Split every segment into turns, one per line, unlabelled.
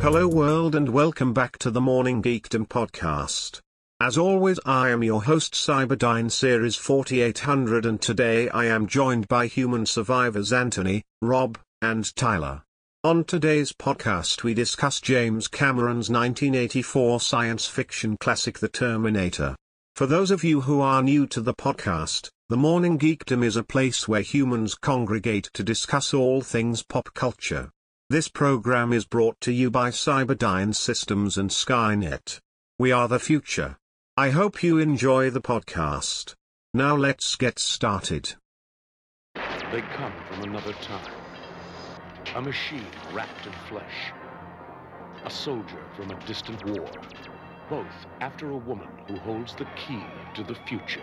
Hello world and welcome back to the Morning Geekdom podcast. As always I am your host Cyberdyne Series 4800 and today I am joined by human survivors Anthony, Rob, and Tyler. On today's podcast we discuss James Cameron's 1984 science fiction classic The Terminator. For those of you who are new to the podcast, the Morning Geekdom is a place where humans congregate to discuss all things pop culture. This program is brought to you by Cyberdyne Systems and Skynet. We are the future. I hope you enjoy the podcast. Now let's get started.
They come from another time. A machine wrapped in flesh. A soldier from a distant war. Both after a woman who holds the key to the future.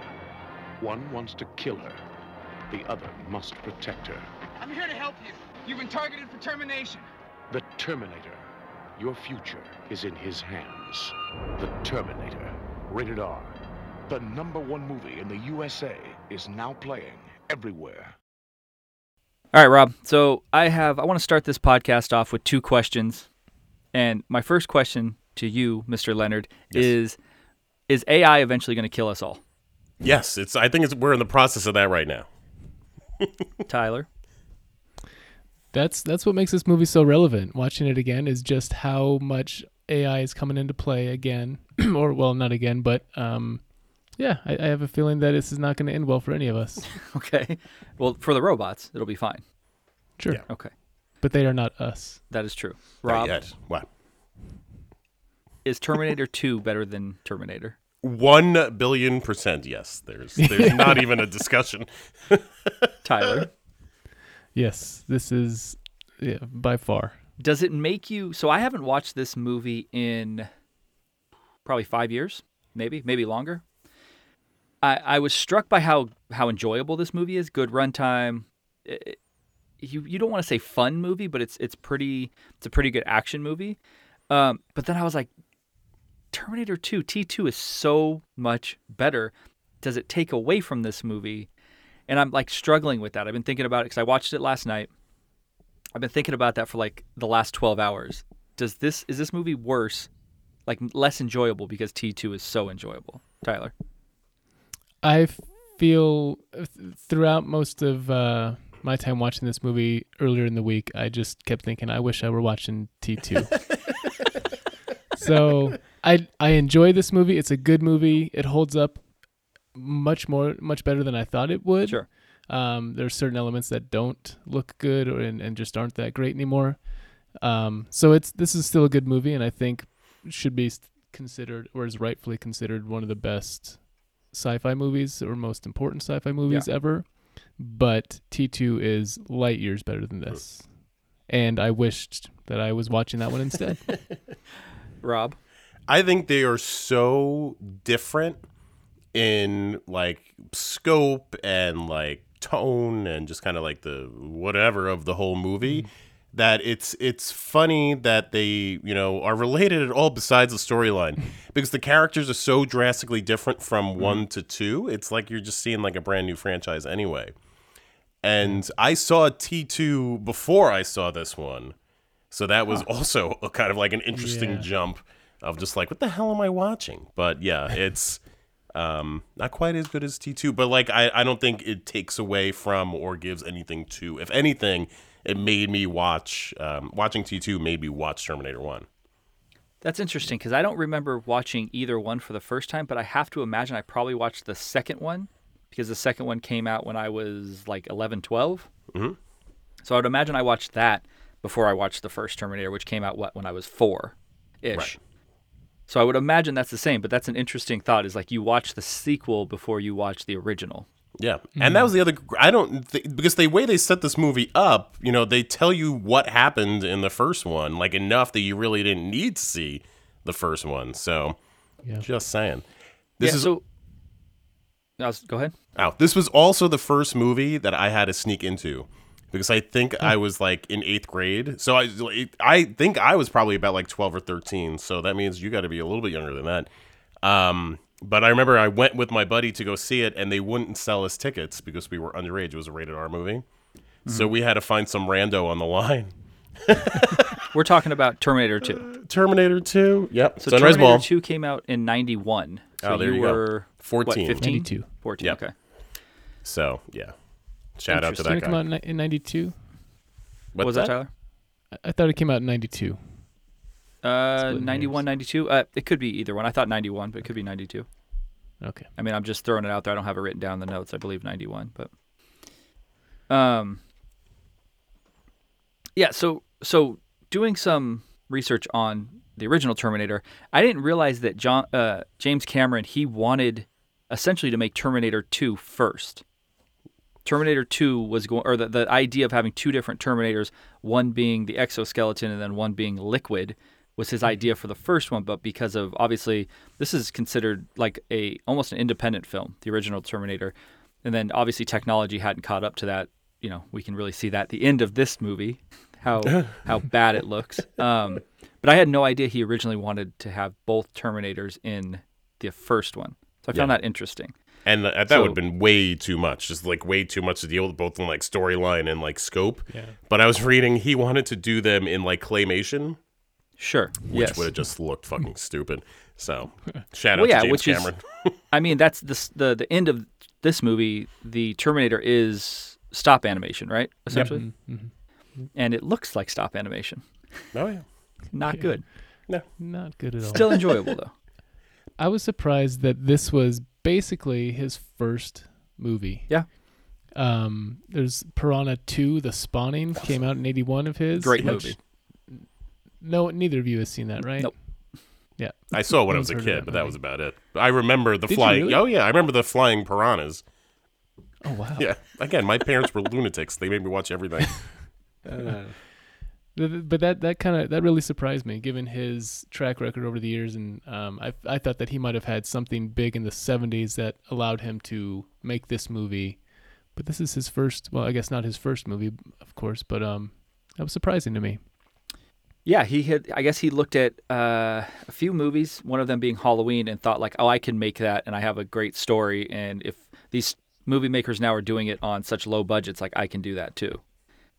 One wants to kill her. The other must protect her.
I'm here to help you. You've been targeted for termination.
The Terminator. Your future is in his hands. The Terminator. Rated R. The number one movie in the USA is now playing everywhere.
All right, Rob. So I have I want to start this podcast off with two questions. And my first question to you, Mr. Leonard, is is AI eventually going to kill us all?
Yes, it's. I think it's. We're in the process of that right now.
Tyler.
That's that's what makes this movie so relevant. Watching it again is just how much AI is coming into play again, or well, not again, but um, yeah, I, I have a feeling that this is not going to end well for any of us.
Okay. Well, for the robots, it'll be fine.
Sure,
Yeah.
Okay.
but they are not us.
That is true.
Not
Rob,
yet. What?
is Terminator 2 better than Terminator?
One billion percent. Yes. There's. There's not even a discussion.
Tyler,
Yes, this is yeah, by far.
does it make you So I haven't watched this movie in probably 5 years, maybe, maybe longer. I I was struck by how how enjoyable this movie is. Good runtime, you you don't want to say fun movie, but it's it's pretty it's a pretty good action movie. Um, but then I was like, Terminator Two T two is so much better. Does it take away from this movie? And I'm like struggling with that. I've been thinking about it because I watched it last night. I've been thinking about that for like the last twelve hours. Does this is this movie worse, like less enjoyable because T two is so enjoyable? Tyler,
I feel uh, th- throughout most of uh, my time watching this movie earlier in the week, I just kept thinking, I wish I were watching T2. so I I enjoy this movie. It's a good movie. It holds up much more, much better than I thought it would.
sure.
Um, there are certain elements that don't look good or and, and just aren't that great anymore. Um, so it's this is still a good movie, and I think should be s- considered or is rightfully considered one of the best sci-fi movies or most important sci-fi movies ever. But T2 is light years better than this, and I wished that I was watching that one instead.
Rob,
I think they are so different in like scope and like tone and just kind of like the whatever of the whole movie that it's it's funny that they you know are related at all besides the storyline because the characters are so drastically different from 1 to 2 it's like you're just seeing like a brand new franchise anyway and I saw T2 before I saw this one so that was also a kind of like an interesting
Yeah.
jump of just like, what the hell am I watching? But yeah, it's um, not quite as good as T2, but like, I, I don't think it takes away from or gives anything to. If anything, it made me watch, um, watching T2 made me watch Terminator 1.
That's interesting because I don't remember watching either one for the first time, but I have to imagine I probably watched the second one because the second one came out when I was like 11, 12. Mm-hmm. So I would imagine I watched that before I watched the first Terminator, which came out what when I was four ish.
Right.
So I would imagine that's the same, but that's an interesting thought is like you watch the sequel before you watch the original.
Yeah, and that was the other. I don't th- because the way they set this movie up, you know, they tell you what happened in the first one, like enough that you really didn't need to see the first one. So, just saying, this
Yeah,
is
so. I was- go ahead.
Wow. This was also the first movie that I had to sneak into because I think
Hmm.
I was like in eighth grade. So I, I think I was probably about like 12 or 13. So that means you got to be a little bit younger than that. Um, but I remember I went with my buddy to go see it and they wouldn't sell us tickets because we were underage. It was a rated R movie.
Hmm.
So we had to find some rando on the line. Uh,
We're talking about Terminator 2.
Terminator 2. Yep.
So
Sunrise
Terminator
Ball.
2 came out in 91. So
Oh, there you go.
were What,
14.
15?
92.
14,
Yep.
okay.
So, yeah. Shout out to
Didn't
that
it come
guy.
out in ni- in 92?
What's
was that, Tyler?
I- I thought it came out in 92.
Uh,
Splitting
91, 92. Uh, it could be either one. I thought 91, but it could be 92.
Okay.
I mean, I'm just throwing it out there. I don't have it written down in the notes. I believe 91, but um Yeah, so so doing some research on the original Terminator, I didn't realize that John uh, James Cameron he wanted essentially to make Terminator 2 first. Terminator 2 was going or the, the idea of having two different Terminators, one being the exoskeleton and then one being liquid was
Mm-hmm.
his idea for the first one, but because of obviously this is considered like a almost an independent film, the original Terminator. And then obviously technology hadn't caught up to that. You know, we can really see that at the end of this movie, how how bad it looks. Um, but I had no idea he originally wanted to have both Terminators in the first one. So I found that interesting.
And th- that
So-
would have been way too much. Just like way too much to deal with, both in like storyline and like scope. Yeah. But I was reading he wanted to do them in like claymation,
Sure.
which
yes.
would have just looked fucking stupid. So shout out
Well, yeah,
to James
which is-
Cameron.
I mean, that's the, the the end of this movie. The Terminator is stop animation, right?
Mm-hmm.
Essentially, and it looks like stop animation.
oh yeah.
Not good.
Not good at all.
Still enjoyable though.
I was surprised that this was basically his first movie.
Yeah.
Um, there's Piranha 2, The Spawning, came out in 81 of his.
Great
which-
movie.
No, neither of you has seen that, right?
Nope.
Yeah.
I saw it when I was
One's
a
heard of
kid,
that
but that was
movie.
about it. I remember the
Did you
flying.
really?
Oh yeah, I remember the flying piranhas.
Oh, wow.
Yeah. Again, my parents were lunatics. They made me watch everything.
Th- th- But that, that kind of that really surprised me, given his track record over the years, and um, I I thought that he might have had something big in the '70s that allowed him to make this movie, but this is his first. Well, I guess not his first movie, of course, but um, that was surprising to me.
Yeah, he had. I guess he looked at uh, a few movies, one of them being Halloween, and thought like, "Oh, I can make that, and I have a great story." And if these movie makers now are doing it on such low budgets, like I can do that too.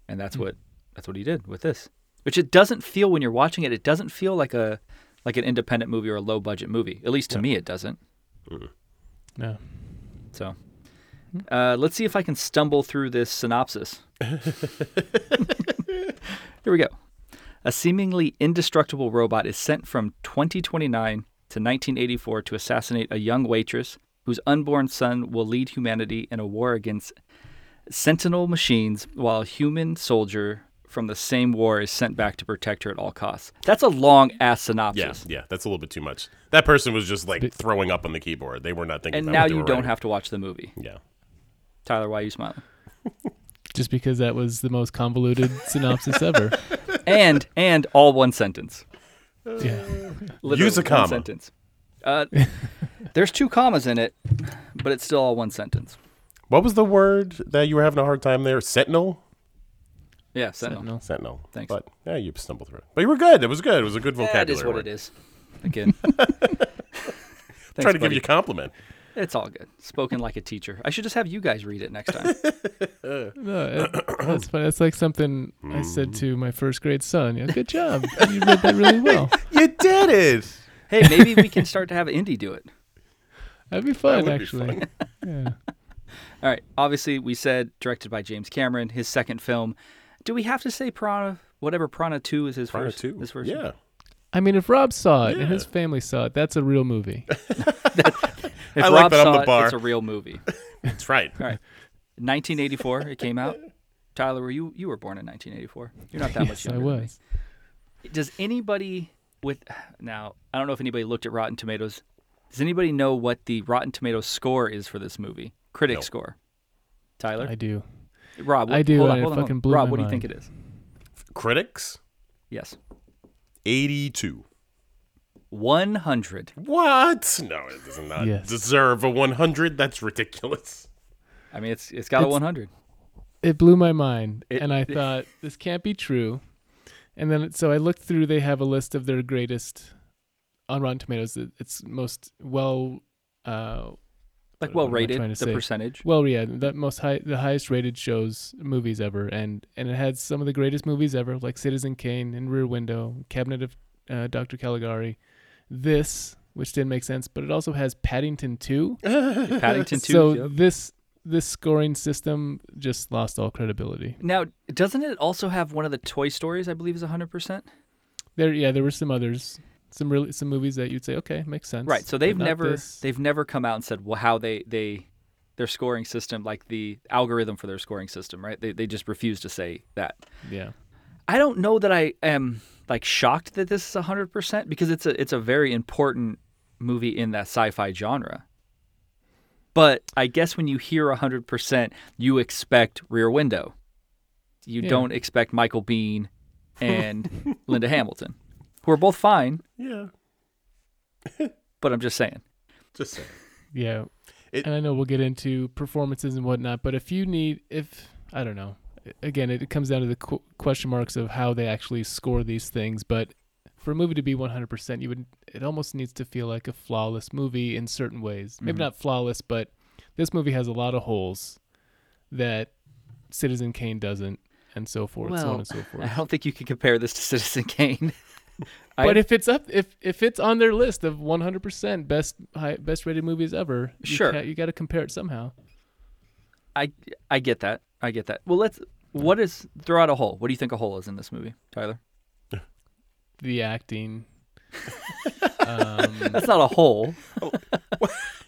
And that's what that's what he did with this. Which it doesn't feel when you're watching it. It doesn't feel like a like an independent movie or a low budget movie. At least to me, it doesn't.
Yeah.
So, uh, let's see if I can stumble through this synopsis. Here we go. A seemingly indestructible robot is sent from 2029 to 1984 to assassinate a young waitress whose unborn son will lead humanity in a war against sentinel machines, while a human soldier from the same war is sent back to protect her at all costs. That's a long ass
yeah,
synopsis.
yeah. That's a little bit too much. That person was just like throwing up on the keyboard. They were not thinking.
And
about
now
what they
you
were
don't
writing.
have to watch the movie.
Yeah.
Tyler, why are you smiling?
just because that was the most convoluted synopsis ever.
and and all one sentence.
Yeah.
Literally
Use a
one
comma.
sentence. Uh, there's two commas in it, but it's still all one sentence.
What was the word that you were having a hard time there? Sentinel.
Yeah, sentinel.
Sentinel.
Sentinel.
Thanks.
But yeah, you stumbled through it. But you were good. It was good. It was a good
That
vocabulary.
is what
word.
it is. Again,
I'm
Thanks,
trying to give
buddy.
you a compliment.
it's all good. Spoken like a teacher. I should just have you guys read it next time.
No, it- that's funny. That's like something I
Mm-hmm.
said to my first grade son. You know, Good job. You read that really well.
You did it.
hey, maybe we can start to have Indy do it.
That'd be fun,
would be
actually.
fun.
All right. Obviously, we said directed by James Cameron, his second film. Do we have to say Piranha? Whatever Piranha Two is his
Prior
first.
to.
His first. one?
yeah.
I mean, if Rob saw it
Yeah.
and his family saw it, that's a real movie.
If
I like
Rob
that I'm
saw
the
it,
bar.
it's a real movie.
That's right.
1984 it came out tyler were you you were born in 1984 you're not that much
yes, I
younger than me.
was.
does anybody with now i don't know if anybody looked at rotten tomatoes does anybody know what the rotten tomatoes score is for this movie critic
No.
score tyler
I do.
rob
I do,
hold on, hold
and it
on, hold on.
fucking blew
rob
my
what do you
mind.
think it is
Critics
yes
82.
100
What? No, it does not
Yes.
deserve a 100. That's ridiculous.
i mean it's it's got a
It's-
100
It blew my mind,
It-
and I thought this can't be true. And then, so I looked through. They have a list of their greatest on Rotten Tomatoes. it- It's most well. Uh,
like
what
well
am I
rated
trying
the
to say?
percentage
Well, yeah, the most high, the highest rated shows, movies ever, and and it had some of the greatest movies ever, like Citizen Kane and Rear Window, Cabinet of uh, Dr. Caligari, this, which didn't make sense, but it also has Paddington 2.
Paddington Two.
so
yep.
this this scoring system just lost all credibility.
Now, doesn't it also have one of the Toy Stories? I believe is hundred percent.
There, yeah, there were some others, some really some movies that you'd say, okay, makes sense.
Right. So
but
they've
not
never
this.
they've never come out and said well how they they their scoring system like the algorithm for their scoring system right they they just refuse to say that.
yeah.
I don't know that I am like shocked that this is hundred percent because it's a it's a very important movie in that sci-fi genre. But I guess when you hear hundred percent, you expect Rear Window. You
Yeah.
don't expect Michael Bean and Linda Hamilton, who are both fine.
Yeah.
But I'm just saying.
Just saying.
Yeah.
It-
and I know we'll get into performances and whatnot, but if you need, if, I don't know, again, it, it comes down to the qu- question marks of how they actually score these things, but for a movie to be 100%, you would, it almost needs to feel like a flawless movie in certain ways. Maybe not flawless, but this movie has a lot of holes that Citizen Kane doesn't, and so forth, so on and so forth.
I don't think you can compare this to Citizen Kane. I-
But if it's up, if if it's on their list of 100% best high, best rated movies ever, you
Sure.
ca- you got to compare it somehow.
I I get that. I get that. Well, let's. What is throw out a hole? What do you think a hole is in this movie, Tyler?
the acting.
That's not a hole.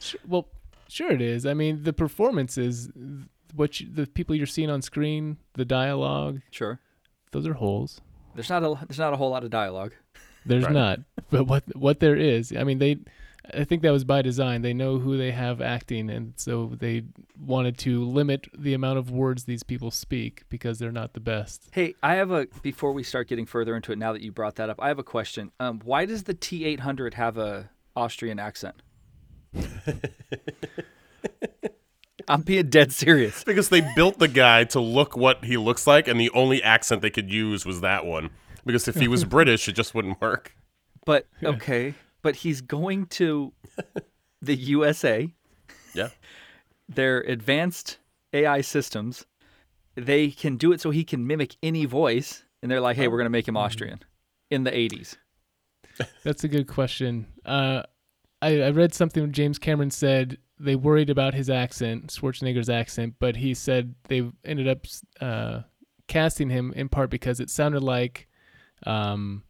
Sure, well, sure it is. I mean, the performances, th- what you, the people you're seeing on screen, the dialogue,
Sure.
those are holes.
There's not a there's not a whole lot of dialogue.
There's not, but what what there is, I mean, they, I think that was by design. They know who they have acting, and so they wanted to limit the amount of words these people speak because they're not the best.
Hey, I have a before we start getting further into it. Now that you brought that up, I have a question. Um, why does the T800 have a Austrian accent? I'm being dead serious.
Because they built the guy to look what he looks like, and the only accent they could use was that one. Because if he was British, it just wouldn't work.
But okay, but he's going to the USA.
Yeah.
their advanced AI systems, they can do it so he can mimic any voice, and they're like, "Hey, we're gonna make
Mm-hmm.
him Austrian." In the '80s,
That's a good question. Uh, I, I read something James Cameron said. They worried about his accent, Schwarzenegger's accent, but he said they ended up uh, casting him in part because it sounded like, um,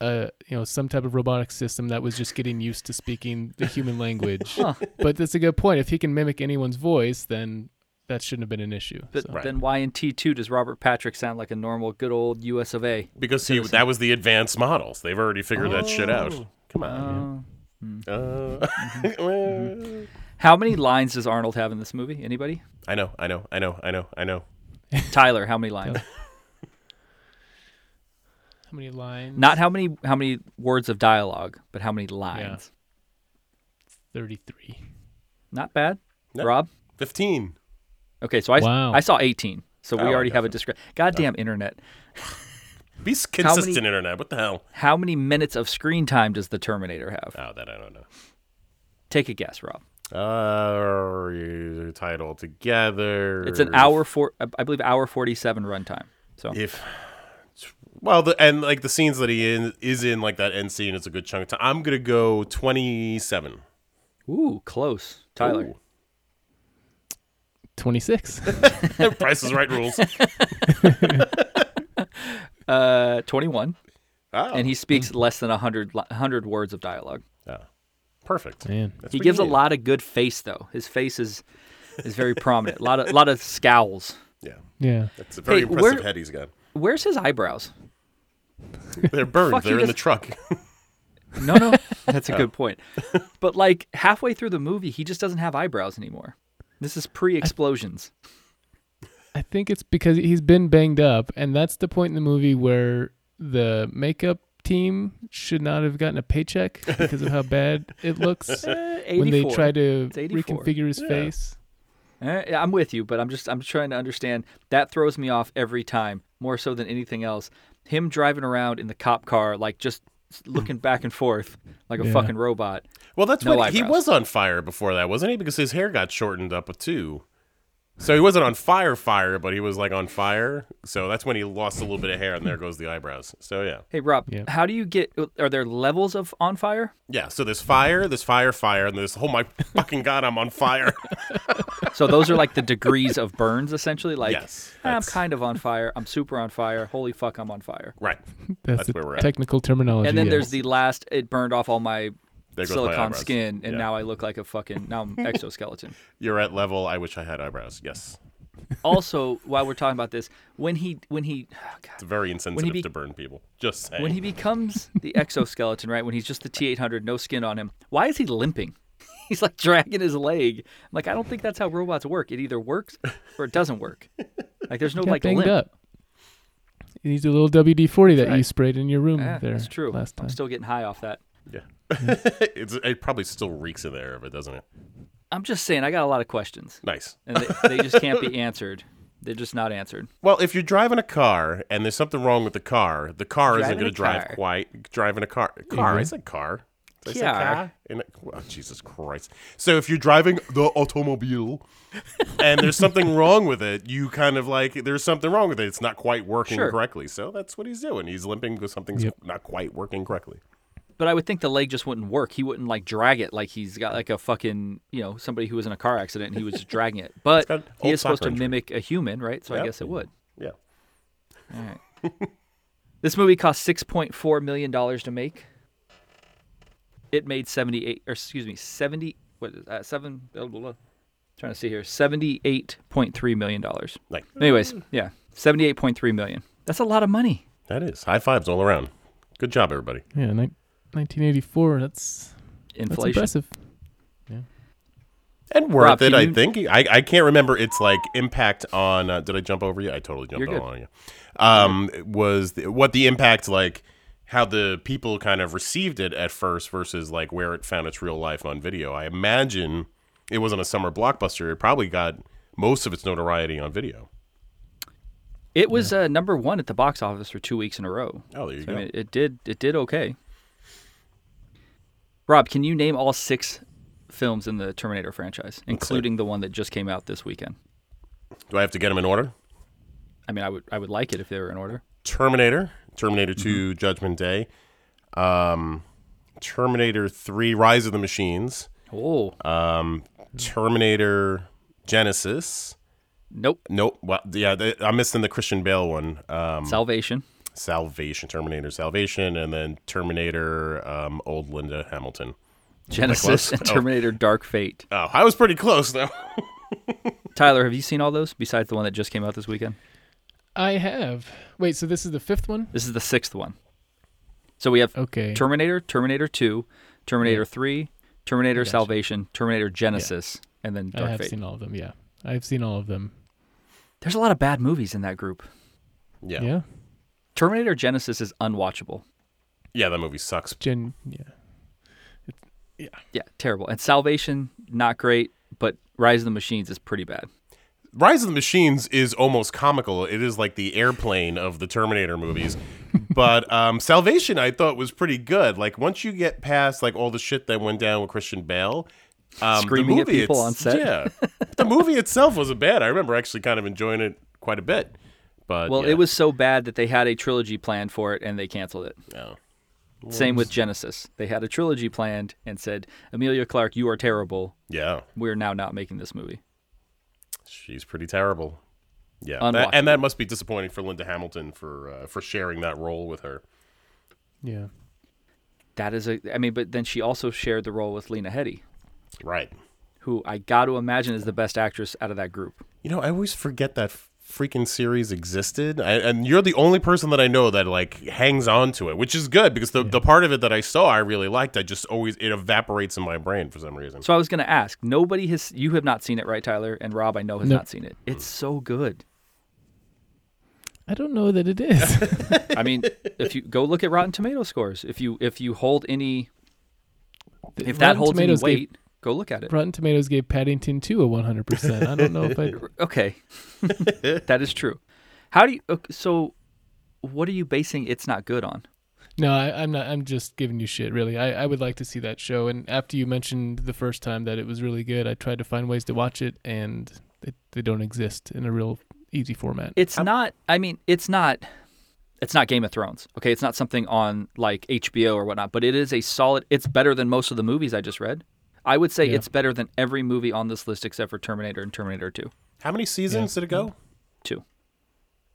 a you know some type of robotic system that was just getting used to speaking the human language. But that's a good point. If he can mimic anyone's voice, then that shouldn't have been an issue.
but
so.
then why in T2 does Robert Patrick sound like a normal, good old U.S. of A?
Because he, that was the advanced models. They've already figured that shit
Oh.
out. Come on. Uh,
How many lines does Arnold have in this movie? Anybody?
I know, I know, I know, I know, I know.
Tyler, how many lines?
How many lines?
Not how many how many words of dialogue, but how many lines?
thirty-three.
Not bad.
No.
Rob.
15.
Okay, so I
Wow.
I saw 18. So
Oh,
we
I
already
got
have a discre Goddamn internet.
Be s- consistent, internet. What the hell?
How many minutes of screen time does the Terminator have?
Oh, that I don't know.
Take a guess, Rob.
Uh, your title together.
It's an hour for I believe hour forty seven runtime. So
If well, the, and like the scenes that he in, is in, like that end scene is a good chunk of time. I'm gonna go 27.
ooh, close, Tyler.
Ooh.
Twenty-six.
Price is right rules.
Uh, twenty one,
Oh,
and he speaks less than 100, li- 100 words of dialogue.
Oh. perfect.
Man.
That's
he
what
gives a
need.
lot of good face though. His face is is very prominent. a lot of lot of scowls.
Yeah,
Yeah.
it's a very
Hey,
impressive
where-
head he's got.
Where's his eyebrows?
They're burned.
Fuck,
They're
he
in the
does-
truck.
No, no, that's a good point. But like halfway through the movie, he just doesn't have eyebrows anymore. This is pre explosions.
I think it's because he's been banged up, and that's the point in the movie where the makeup team should not have gotten a paycheck because of how bad it looks
Uh,
when they try to
It's 84.
reconfigure his face.
Eh, yeah, I'm with you, but I'm just I'm trying to understand. That throws me off every time, more so than anything else. Him driving around in the cop car, like just s- looking back and forth like a
Yeah.
fucking robot.
Well, that's
No
what he
eyebrows.
was on fire before that, wasn't he? Because his hair got shortened up too. So he wasn't on fire, fire, but he was like on fire. So that's when he lost a little bit of hair, and there goes the eyebrows. So yeah,
Hey Rob,
Yeah.
how do you get? uh, Are there levels of on fire?
yeah. So there's fire, there's fire, fire, and there's oh my fucking god, I'm on fire.
So those are like the degrees of burns, essentially. Like
Yes,
I'm
that's-
kind of on fire. I'm super on fire. Holy fuck, I'm on fire.
right.
That's,
That's
the
where we're at.
technical terminology.
And then
yes.
there's the last. It burned off all my
There goes my
silicon
eyebrows.
skin, and
Yeah.
now I look like a fucking now I'm exoskeleton.
You're at level. I wish I had eyebrows. Yes,
also, while we're talking about this, when he when he oh, God.
it's very insensitive
be-
to burn people. Just saying.
when he becomes the exoskeleton, right? When he's just the T800, no skin on him. Why is he limping? He's like dragging his leg. I'm like, I don't think that's how robots work. It either works or it doesn't work. Like, there's no
Got
like
banged
limp.
up. You need a little WD forty that you
right.
sprayed in your room
Yeah,
there.
that's true.
Last time.
I'm still getting high off that.
yeah, it's, it probably still reeks of air of it, doesn't it?
I'm just saying, I got a lot of questions,
Nice.
and they, they just can't be answered. They're just not answered.
Well, if you're driving a car and there's something wrong with the car, the car isn't
Driving
going
a
to drive
car. Mm-hmm.
quite. Driving a car, car. I said car. Did I say
Car.
car? In a- oh, Jesus Christ! So if you're driving the automobile and there's something wrong with it, you kind of like there's something wrong with it. It's not quite working
Sure.
correctly. So that's what he's doing. He's limping because something's
Yep.
not quite working correctly.
But I would think the leg just wouldn't work. He wouldn't like drag it like he's got like a fucking you know somebody who was in a car accident and he was just dragging it. But
got
he
old
is supposed
soccer
to
injury.
mimic a human, right? So I
Yep.
guess it would.
Yeah.
All right. this movie cost six point four million dollars to make. It made seventy eight, or excuse me, seventy. What is that? Seven. Blah, blah, blah. Trying to see here. Seventy eight point three million dollars.
Like
Anyways, yeah, seventy eight point three million. That's a lot of money.
that is high fives all around. Good job, everybody.
Yeah, ni- 1984. That's that's
Inflation.
impressive.
And worth
Rob,
it,
can
I
you-
think. I, I can't remember its like impact on. Uh, did I jump over you? I totally jumped
You're good.
all on you. Um, was the, what the impact like? How the people kind of received it at first versus like where it found its real life on video. I imagine it wasn't a summer blockbuster. It probably got most of its notoriety on video.
It was uh, number one at the box office for two weeks in a row.
Oh, there you
So,
go.
I mean, it did it did okay. Rob, can you name all six films in the Terminator franchise, including the one that just came out this weekend?
Do I have to get them in order?
I mean, I would I would like it if they were in order.
Terminator, Terminator 2,
Mm-hmm.
Judgment Day, um, Terminator 3, Rise of the Machines,
Oh,
um,
Mm.
Terminator Genesis.
nope.
Nope. Well, yeah, they, I'm missing the Christian Bale one. Um,
Salvation.
Salvation, Terminator Salvation, and then Terminator um, Old Linda Hamilton.
Genesis and Terminator Dark Fate.
Oh, I was pretty close though.
Tyler, have you seen all those besides the one that just came out this weekend?
I have. Wait, so this is the fifth one?
This is the sixth one. So we have
Okay.
Terminator, Terminator 2, Terminator 3, Terminator Salvation, Terminator Genesis, and then
I
Dark
have
Fate.
seen all of them. Yeah, I've seen all of them.
There's a lot of bad movies in that group.
yeah.
Yeah.
yeah,
Terminator Genesis is unwatchable.
that movie sucks.
Gen. Yeah.
Yeah, terrible. And Salvation, not great, but Rise of the Machines is pretty bad.
Rise of the Machines is almost comical. It is like the airplane of the Terminator movies. but um, Salvation, I thought was pretty good. Like once you get past like all the shit that went down with Christian Bale, um, the
Screaming at
movie
people
it's-
on set.
Yeah, the movie itself wasn't bad. I remember actually kind of enjoying it quite a bit. But
Well,
yeah.
it was so bad that they had a trilogy planned for it and they canceled it.
Yeah.
Same with Genesis. They had a trilogy planned and said, Amelia Clark, you are terrible.
Yeah,
We're now not making this movie.
she's pretty terrible. Yeah, that- and that must be disappointing for Linda Hamilton for uh, for sharing that role with her.
Yeah.
That is a, I mean, but then she also shared the role with Lena Headey,
Right.
who I got to imagine is the best actress out of that group.
You know, I always forget that freaking series existed, I, and you're the only person that I know that like hangs on to it, which is good because the the part of it that I saw I really liked. I just always it evaporates in my brain for some reason.
So I was going to ask, nobody has, you have not seen it, right, Tyler? And Rob, I know, has
Nope.
not seen it. It's
Hmm.
so good.
I don't know that it is.
I mean, if you go look at Rotten Tomato scores, if you if you hold any, if that
Rotten
holds any
Tomatoes gave-
weight, go look at it.
Rotten Tomatoes gave Paddington 2 a 100%. I don't know if I.
Okay, that is true. How do you? ok- So, what are you basing it's not good on?
No, I, I'm not. I'm just giving you shit, really. I, I would like to see that show. And after you mentioned the first time that it was really good, I tried to find ways to watch it, and they, they don't exist in a real easy format.
It's not. I mean, it's not. It's not Game of Thrones. Okay, it's not something on like HBO or whatnot. But it is a solid. It's better than most of the movies I just read. I would say
Yeah.
it's better than every movie on this list except for Terminator and Terminator Two.
How many seasons did it go?
Two.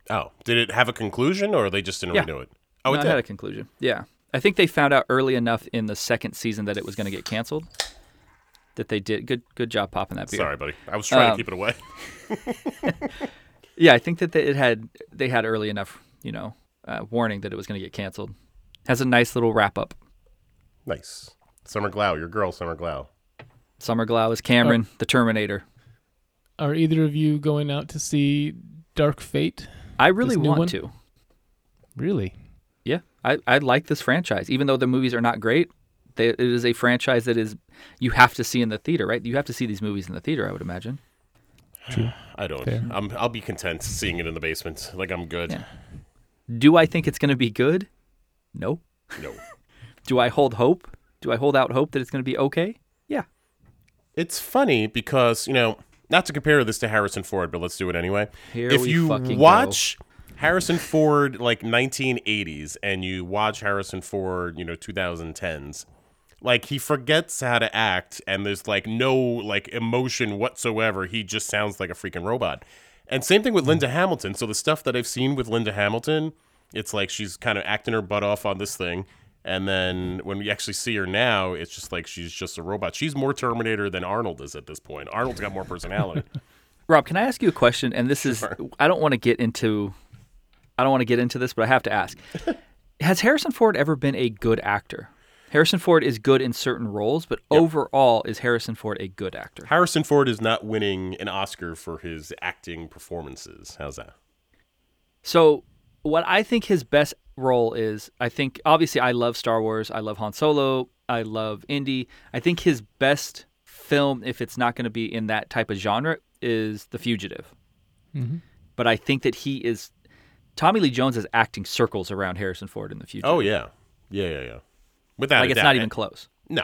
Oh, did it have a conclusion, or they just didn't
Yeah.
renew it? Oh,
No,
it
I
did.
had a conclusion. Yeah, I think they found out early enough in the second season that it was going to get canceled. That they did good. Good job popping that beer.
Sorry, buddy. I was trying
Um,
to keep it away.
Yeah, I think that they, it had they had early enough, you know, uh, warning that it was going to get canceled. Has a nice little wrap up.
Nice. Summer Glau, your girl, Summer Glau.
Summer Glau is Cameron,
Oh.
the Terminator.
Are either of you going out to see Dark Fate?
I really
This new
want
one?
to.
Really?
Yeah, I, I like this franchise, even though the movies are not great. They, it is a franchise that is you have to see in the theater, right? You have to see these movies in the theater. I would imagine.
I don't.
Fair.
I'm, I'll be content seeing it in the basement. Like, I'm good.
Yeah. Do I think it's going to be good? No.
No.
Do I hold hope? Do I hold out hope that it's going to be okay? Yeah.
It's funny because, you know, not to compare this to Harrison Ford, but let's do it anyway.
Here
if
we
you
fucking go.
watch Harrison Ford like 1980s and you watch Harrison Ford, you know, 2010s, like he forgets how to act and there's like no like emotion whatsoever. He just sounds like a freaking robot. And same thing with
Hmm.
Linda Hamilton. So the stuff that I've seen with Linda Hamilton, it's like she's kind of acting her butt off on this thing. And then when we actually see her now, it's just like she's just a robot. She's more Terminator than Arnold is at this point. Arnold's got more personality.
Rob, can I ask you a question? And this is I don't want to get into I don't want to get into this, but I have to ask. Has Harrison Ford ever been a good actor? Harrison Ford is good in certain roles, but overall is Harrison Ford a good actor?
Harrison Ford is not winning an Oscar for his acting performances. How's that?
So, what I think his best role is, I think obviously I love Star Wars, I love Han Solo, I love Indy. I think his best film, if it's not going to be in that type of genre, is The Fugitive. But I think that he is. Tommy Lee Jones is acting circles around Harrison Ford in The Fugitive.
Oh yeah, yeah, yeah, yeah. Without
like
a
it's
doubt.
not even close.
No,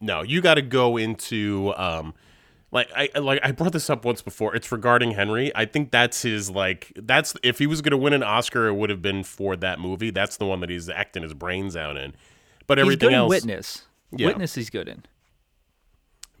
no. You got to go into um, like I like I brought this up once before. It's regarding Henry. I think that's his like that's if he was gonna win an Oscar, it would have been for that movie. That's the one that he's acting his brains out in. But
He's
everything
good in
else,
Witness.
Yeah.
Witness he's good in.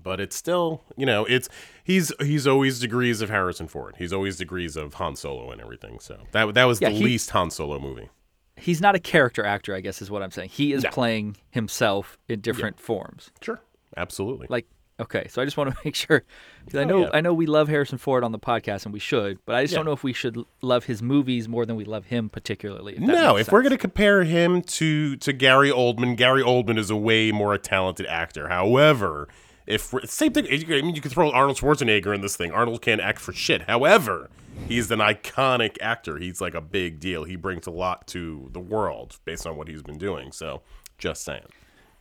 but it's still you know it's he's he's always degrees of Harrison Ford. He's always degrees of Han Solo and everything. So that that was
Yeah,
the
he-
least Han Solo movie.
He's not a character actor, I guess is what I'm saying. He is
No.
playing himself in different forms.
Sure. Absolutely.
like okay so i just want to make sure because i
Oh,
know
yeah.
i know we love harrison ford on the podcast and we should but i just
Yeah.
don't know if we should l- love his movies more than we love him particularly if that
no,
makes
if we're
sense.
going to compare him to to Gary Oldman, Gary Oldman is a way more talented actor. However, if we're, same thing, I mean, you could throw Arnold Schwarzenegger in this thing. Arnold can't act for shit. However, he's an iconic actor. He's like a big deal. He brings a lot to the world based on what he's been doing. So, just saying.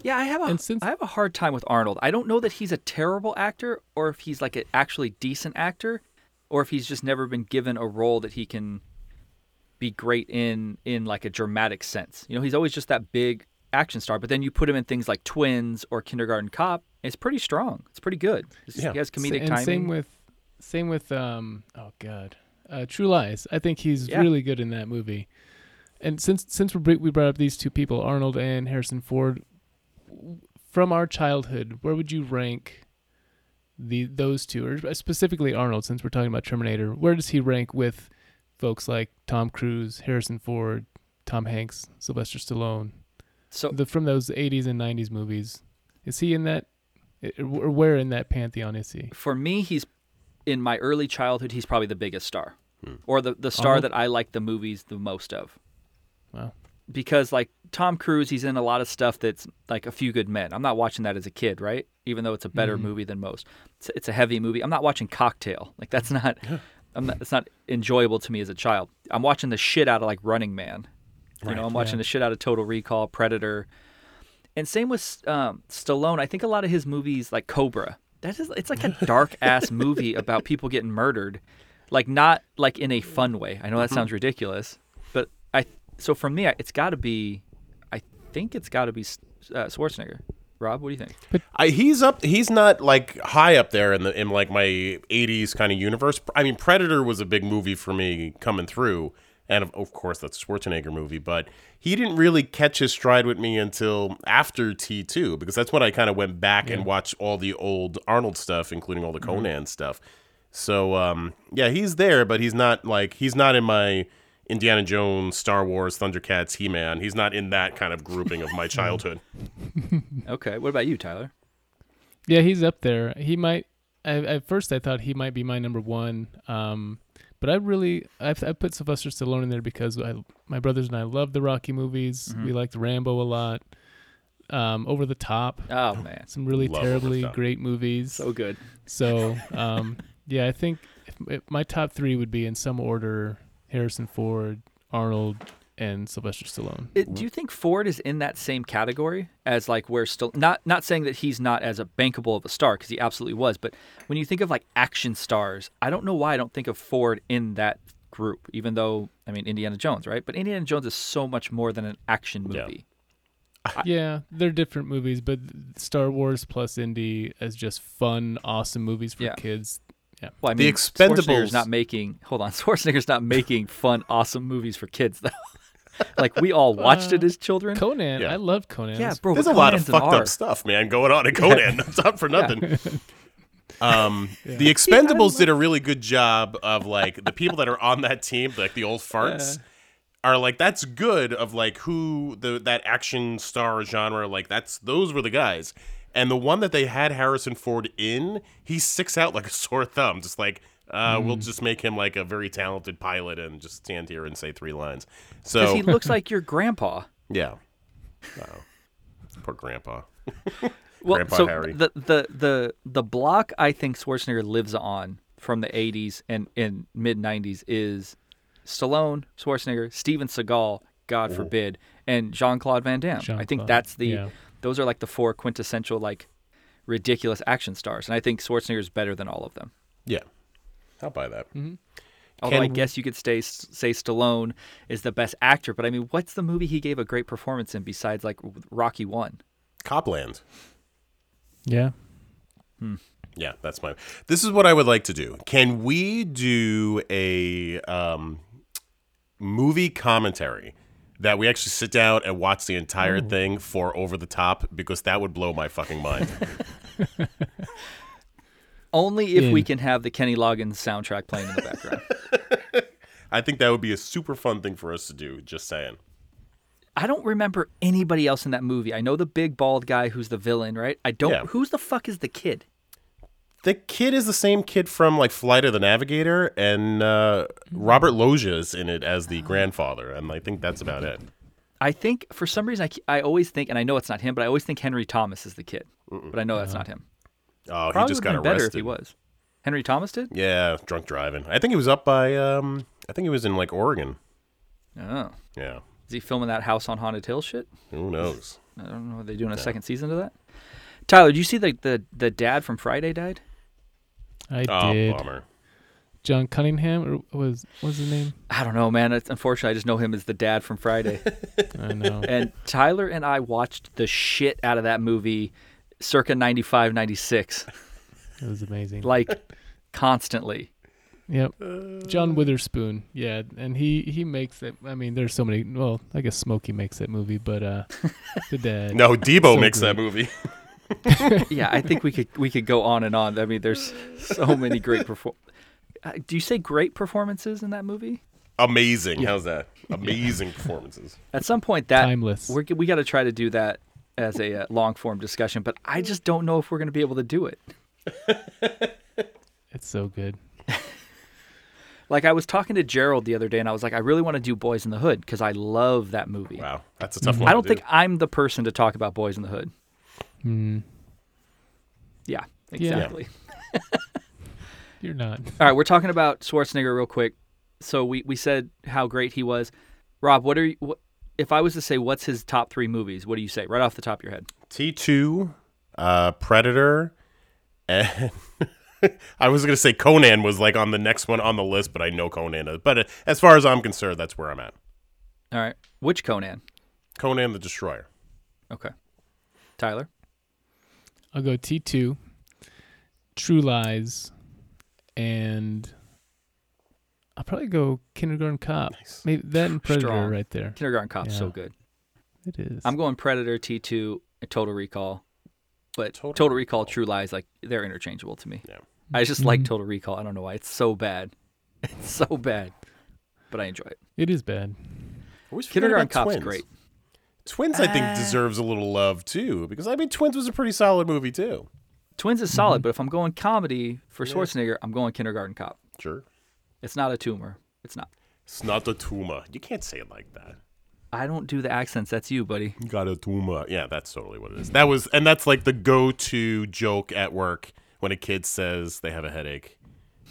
yeah i have a
And since-
I have a hard time with arnold i don't know that he's a terrible actor or if he's like an actually decent actor or if he's just never been given a role that he can be great in in like a dramatic sense you know he's always just that big action star but then you put him in things like twins or kindergarten cop it's pretty strong it's pretty good It's-
Yeah.
he has
S-
comedic
and
timing
Same with, same with um. Oh God, uh, True Lies. I think he's
Yeah.
really good in that movie. And since since we we brought up these two people, Arnold and Harrison Ford, w- from our childhood, where would you rank the those two, or uh, specifically Arnold? Since we're talking about Terminator, where does he rank with folks like Tom Cruise, Harrison Ford, Tom Hanks, Sylvester Stallone?
so
the from those 80s and 90s movies is he in that or where in that pantheon is he
for me, he's in my early childhood. He's probably the biggest star, or the the star
Uh-huh.
that I like the movies the most of.
wow
Because like Tom Cruise, he's in a lot of stuff that's like A Few Good Men. I'm not watching that as a kid, right? Even though it's a better
Mm-hmm.
movie than most, it's, it's a heavy movie. I'm not watching Cocktail. Like that's not, I'm not. It's not enjoyable to me as a child. I'm watching the shit out of like Running Man. You know, I'm watching the shit out of Total Recall, Predator, and same with um, Stallone. I think a lot of his movies, like Cobra, that is, it's like a dark ass movie about people getting murdered, like not like in a fun way. I know that sounds ridiculous, but I so for me, I- it's got to be, I think it's got to be S- uh, Schwarzenegger. Rob, what do you think?
I, he's up. He's not like high up there in the in like my '80s kind of universe. I mean, Predator was a big movie for me coming through, and of, of course that's a Schwarzenegger movie. But he didn't really catch his stride with me until after T2, because that's when I kind of went back and watched all the old Arnold stuff, including all the Conan stuff. So um, yeah, he's there, but he's not like he's not in my Indiana Jones, Star Wars, Thundercats, He Man. He's not in that kind of grouping of my childhood.
Okay, what about you, Tyler?
Yeah, he's up there. He might. I, at first, I thought he might be my number one. Um, but I really, I've, I put Sylvester Stallone in there because I, my brothers and I love the Rocky movies.
Mm-hmm.
We liked Rambo a lot. Um, Over the Top,
Oh man,
some really
Love Over the
terribly
Top.
great movies.
so good.
So, um, yeah, I think if, if my top three would be in some order: Harrison Ford, Arnold, and Sylvester Stallone.
It, do you think Ford is in that same category as like where still not not saying that he's not as a bankable of a star because he absolutely was, but when you think of like action stars, I don't know why I don't think of Ford in that group, even though I mean Indiana Jones, right? But Indiana Jones is so much more than an action
Yeah.
movie.
yeah, they're different movies, but Star Wars plus indie as just fun, awesome movies for
Yeah.
kids. Yeah,
Well, I
The
mean, Schwarzenegger's
Expendables-
not making. Hold on, Schwarzenegger's not making fun, awesome movies for kids though. like we all watched it as children.
Conan.
Yeah.
I love Conan.
yeah,
It's-
bro.
There's a
but
lot of
Conan's an
fucked up
R.
stuff, man, going on in Conan. That's not for nothing. Um, The Expendables did a really good job of like the people that are on that team, like the old farts, are like that's good of like who the that action star genre, like that's those were the guys. And the one that they had Harrison Ford in, he sticks out like a sore thumb. Just like uh, we'll
Hmm.
just make him like a very talented pilot and just stand here and say three lines.
Because
So
he looks like your grandpa.
yeah, wow, poor grandpa.
Well,
Grandpa
so
Harry.
the the the the block I think Schwarzenegger lives on from the '80s and and mid '90s is Stallone, Schwarzenegger, Steven Seagal, God forbid, and Jean Claude Van Damme. I think
Jean-Claude,
that's the
yeah.
those are like the four quintessential like ridiculous action stars, and I think Schwarzenegger is better than all of them.
Yeah, I'll buy that.
Mm-hmm. Although I
Can-
guess you could stay, say Stallone is the best actor, but I mean, what's the movie he gave a great performance in besides like Rocky One?
Copland.
yeah.
Yeah, that's my. This is what I would like to do. Can we do a um, movie commentary that we actually sit down and watch the entire thing for over the top? Because that would blow my fucking mind.
Only if we
Yeah.
can have the Kenny Loggins soundtrack playing in the background.
I think that would be a super fun thing for us to do. Just saying.
I don't remember anybody else in that movie. I know the big bald guy who's the villain, right? I don't.
Yeah.
Who's the fuck is the kid?
The kid is the same kid from like Flight of the Navigator, and uh,
Mm-hmm.
Robert Loggia is in it as the grandfather, and I think that's about it.
I think for some reason I, ke- I always think, and I know it's not him, but I always think Henry Thomas is the kid. But I know that's not him.
Oh, he
Probably
just
would
got
have
arrested.
been better if he was. Henry Thomas did.
Yeah, drunk driving. I think he was up by. Um, I think he was in like Oregon.
Oh,
Yeah.
is he filming that House on Haunted Hill shit?
Who knows?
I don't know. Are they doing a second season to that? Tyler, do you see the the, the dad from Friday died?
I
Oh,
did.
bummer.
John Cunningham or was what's his name?
I don't know, man. It's, unfortunately, I just know him as the dad from Friday.
I know.
and Tyler and I watched the shit out of that movie circa 95, 96,
It was amazing.
like uh, constantly.
Yep. John Witherspoon. Yeah, and he he makes it. I mean, there's so many. Well, I guess Smokey makes that movie, but uh, the dad.
No, Debo
So
makes
great.
that movie.
Yeah, I think we could we could go on and on. I mean, there's so many great perform. Uh, do you say great performances in that movie?
Amazing. How's that? Amazing performances.
At some point, that
Timeless.
We're, we got to try to do that as a uh, long form discussion, but I just don't know if we're going to be able to do it.
It's so good.
Like I was talking to Gerald the other day, and I was like, I really want to do Boys in the Hood because I love that movie.
Wow, that's a tough one.
Mm-hmm. I don't
to do.
think I'm the person to talk about Boys in the Hood.
Mm,
Yeah, exactly.
You're not.
All right, we're talking about Schwarzenegger real quick. So we, we said how great he was. Rob, what are you? What, if I was to say what's his top three movies, what do you say right off the top of your head?
T two, uh, Predator, and I was gonna say Conan was like on the next one on the list, but I know Conan. Is. But uh, as far as I'm concerned, that's where I'm at.
All right, which Conan?
Conan the Destroyer.
Okay, Tyler.
I'll go T2, True Lies, and I'll probably go Kindergarten Cop.
Nice.
Maybe that and Predator
Strong.
right there.
Kindergarten Cop's so
Yeah.
good.
It is.
I'm going Predator, T2, and Total Recall. But
Total
Total, Recall,
Recall.
True Lies, like they're interchangeable to me.
Yeah.
I just like
Mhm.
Total Recall. I don't know why. It's so bad. It's so bad. But I enjoy it.
It is bad.
Always forget
Kindergarten
about
Cop's
Twins.
great.
Twins, I think, deserves a little love too, because I mean, Twins was a pretty solid movie too.
Twins is solid, but if I'm going comedy for Schwarzenegger, I'm going Kindergarten Cop.
Sure.
It's not a tumor. It's not.
It's not a tumor. You can't say it like that.
I don't do the accents. That's you, buddy.
You got a tumor. Yeah, that's totally what it is. That was, and that's like the go-to joke at work when a kid says they have a headache,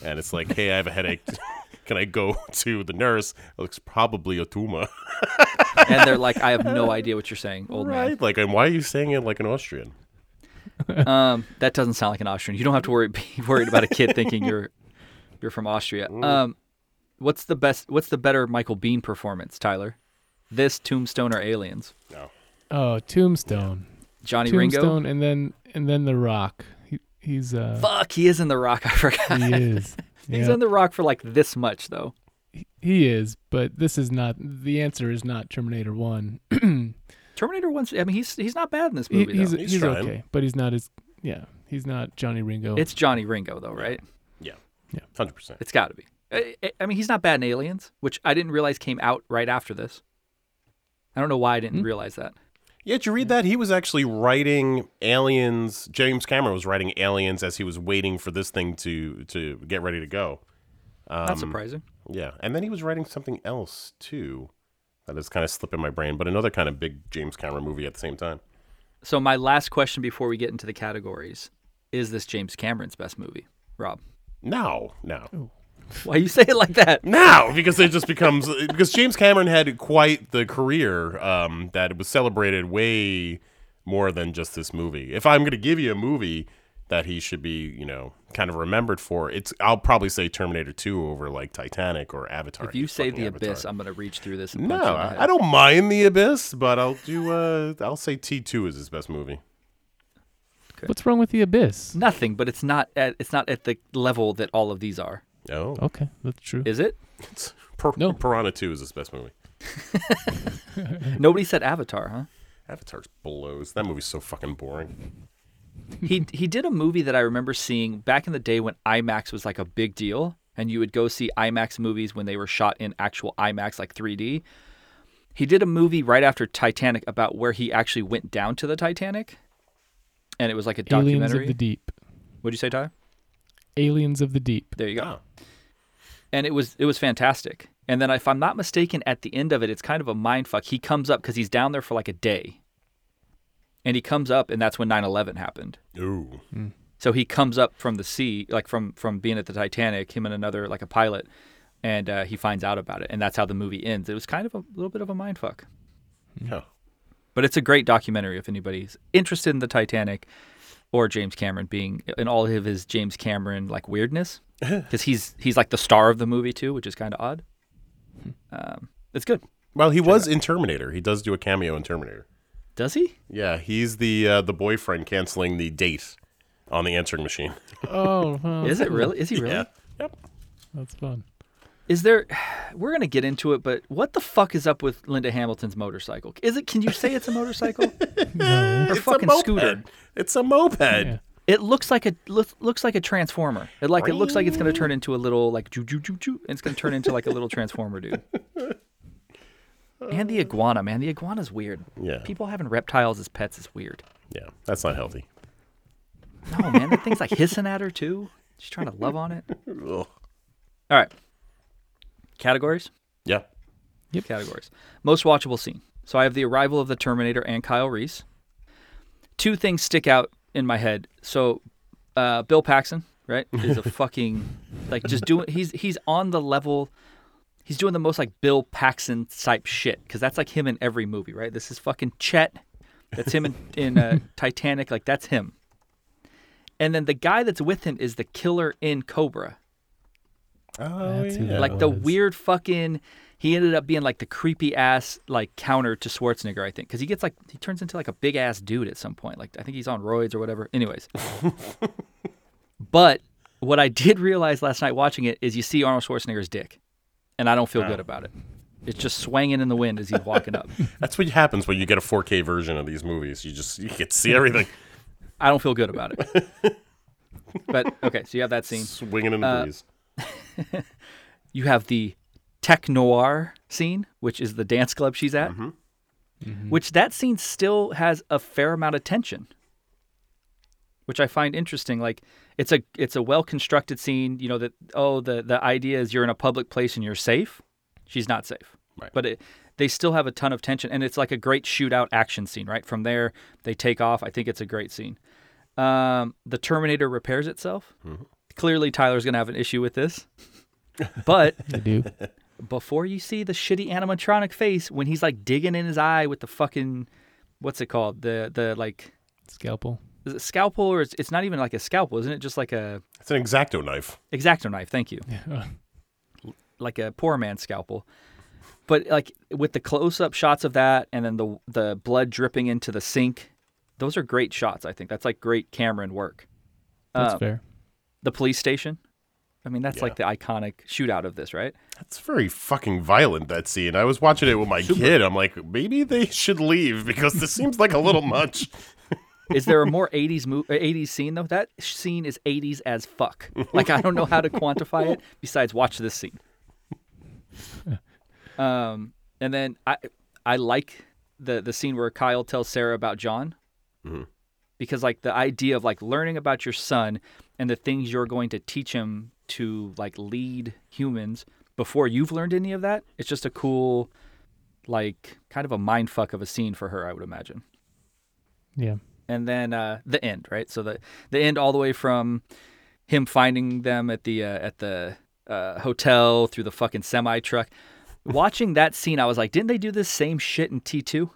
and it's like, "Hey, I have a headache. Can I go to the nurse?" It's probably a tumor,
And they're like, I have no idea what you're saying, old
right? Like, and why are you saying it like an Austrian?
man. Um, that doesn't sound like an Austrian. You don't have to worry be worried about a kid thinking you're you're from Austria.
Mm.
Um, what's the best? What's the better Michael Bean performance, Tyler? This Tombstone or Aliens?
No.
Oh, Tombstone.
Johnny Ringo.
Tombstone and then and then The Rock. He, he's uh
Fuck, he is in The Rock. I forgot.
he is.
He's
Yeah.
in The Rock for like this much though.
He is, but this is not the answer is not Terminator 1.
Terminator One's. I mean, he's he's not bad in this
He-
movie.
he's
though.
He's
he's,
trying.
okay, but he's not as yeah, he's not Johnny Ringo.
It's Johnny Ringo though, right?
Yeah.
Yeah.
Hundred percent.
It's got to be. I, I- I mean, he's not bad in Aliens, which I didn't realize came out right after this. I don't know why I
Hmm?
didn't realize that.
Yeah, did you read that? He was actually writing Aliens. James Cameron was writing Aliens as he was waiting for this thing to to get ready to go.
Not
Um,
surprising.
Yeah, and then he was writing something else too, that is kind of slipping my brain, but another kind of big James Cameron movie at the same time.
So my last question before we get into the categories is: This James Cameron's best movie, Rob?
No, no,
Why you say it like that?
no, because it just becomes because James Cameron had quite the career um, that was celebrated way more than just this movie. If I'm going to give you a movie that he should be, you know, kind of remembered for, it's I'll probably say Terminator 2 over like Titanic or Avatar.
If you say
fucking
The
Avatar.
Abyss, I'm gonna reach through this. And
no,
punch you in the head.
I I don't mind The Abyss, but I'll do. Uh, I'll say T2 is his best movie.
What's wrong with the abyss?
Nothing, but it's not at it's not at the level that all of these are,
Oh,
Okay, that's true.
is it?
It's- Pir-
No.
Piranha 2 is his best movie.
Nobody said Avatar, huh?
Avatar blows. That movie's so fucking boring.
he he did a movie that I remember seeing back in the day when IMAX was like a big deal, and you would go see IMAX movies when they were shot in actual IMAX, like 3D. He did a movie right after Titanic about where he actually went down to the Titanic, and it was like a
Aliens
documentary.
of the deep.
What'd you say, Tyler?
Aliens of the deep.
There you go.
Oh.
And it was it was fantastic. And then if I'm not mistaken, at the end of it, it's kind of a mind fuck. He comes up because he's down there for like a day, and he comes up, and that's when 9/11 happened.
Ooh.
So he comes up from the sea, like from from being at the Titanic, him and another like a pilot, and uh, he finds out about it, and that's how the movie ends. It was kind of a little bit of a mind fuck,
No.
but it's a great documentary if anybody's interested in the Titanic or James Cameron being in all of his James Cameron like weirdness, because he's he's like the star of the movie too, which is kind of odd. Um, it's good.
Well, he was in Terminator. He does do a cameo in Terminator.
Does he?
Yeah, he's the uh, the boyfriend canceling the date on the answering machine.
Oh, well,
Is it really? Is he really?
Yeah. Yep.
that's fun.
Is there? We're gonna get into it, but what the fuck is up with Linda Hamilton's motorcycle? Is it? Can you say it's a motorcycle?
No.
Or
It's a
fucking
moped.
scooter?
It's a moped.
Yeah.
It looks like a loo- looks like a transformer. It like it looks like it's gonna turn into a little like ju ju ju ju, and it's gonna turn into like a little transformer dude. And the iguana, man, the iguana's weird.
Yeah.
People having reptiles as pets is weird.
Yeah. That's not healthy.
No, man, that thing's like hissing at her too. She's trying to love on it.
Ugh.
All right, categories.
Yeah.
categories. Most watchable scene. So I have the arrival of the Terminator and Kyle Reese. Two things stick out in my head. So uh, Bill Paxton, right, is a fucking like just doing. He's he's on the level. He's doing the most like Bill Paxton type shit because that's like him in every movie, right? This is fucking Chet. That's him in, in uh, Titanic. Like that's him. And then the guy that's with him is the killer in Cobra.
Oh,
That's who
yeah.
that
like the
was.
weird fucking. He ended up being like the creepy ass like counter to Schwarzenegger, I think, because he gets like he turns into like a big ass dude at some point. Like I think he's on roids or whatever. Anyways, but what I did realize last night watching it is you see Arnold Schwarzenegger's dick, and I don't feel
Oh.
good about it. It's just swinging in the wind as he's walking up.
That's what happens when you get a 4K version of these movies. You just you get to see everything
I don't feel good about it. but okay, so you have that scene.
swinging in the breeze.
You have the tech noir scene, which is the dance club she's at, which that scene still has a fair amount of tension, which I find interesting. Like it's a it's a well constructed scene. You know that oh the the idea is you're in a public place and you're safe. She's not safe,
Right.
but it, they still have a ton of tension, and it's like a great shootout action scene. Right from there, they take off. I think it's a great scene. Um, the Terminator repairs itself. Clearly, Tyler's gonna have an issue with this, but
I do.
before you see the shitty animatronic face when he's like digging in his eye with the fucking what's it called the the like
Scalpel.
is it scalpel or it's, it's not even like a scalpel isn't it just like a
It's an exacto knife.
exacto knife thank you like a poor man's scalpel but like with the close up shots of that and then the the blood dripping into the sink those are great shots i think that's like great cameron work
That's
Um,
fair.
the police station i mean that's
Yeah.
like the iconic shootout of this right
That's very fucking violent that scene. I was watching it with my kid. I'm like, maybe they should leave because this seems like a little much.
Is there a more 80s mo- uh, 80s scene though? That scene is 80s as fuck. Like I don't know how to quantify it besides watch this scene. Um and then I I like the the scene where Kyle tells Sarah about John. Because like the idea of like learning about your son and the things you're going to teach him to like lead humans before you've learned any of that, it's just a cool like kind of a mind fuck of a scene for her, I would imagine
Yeah.
and then uh, the end, right? So the the end all the way from him finding them at the uh, at the uh, hotel through the fucking semi truck. Watching that scene, I was like, didn't they do this same shit in T two?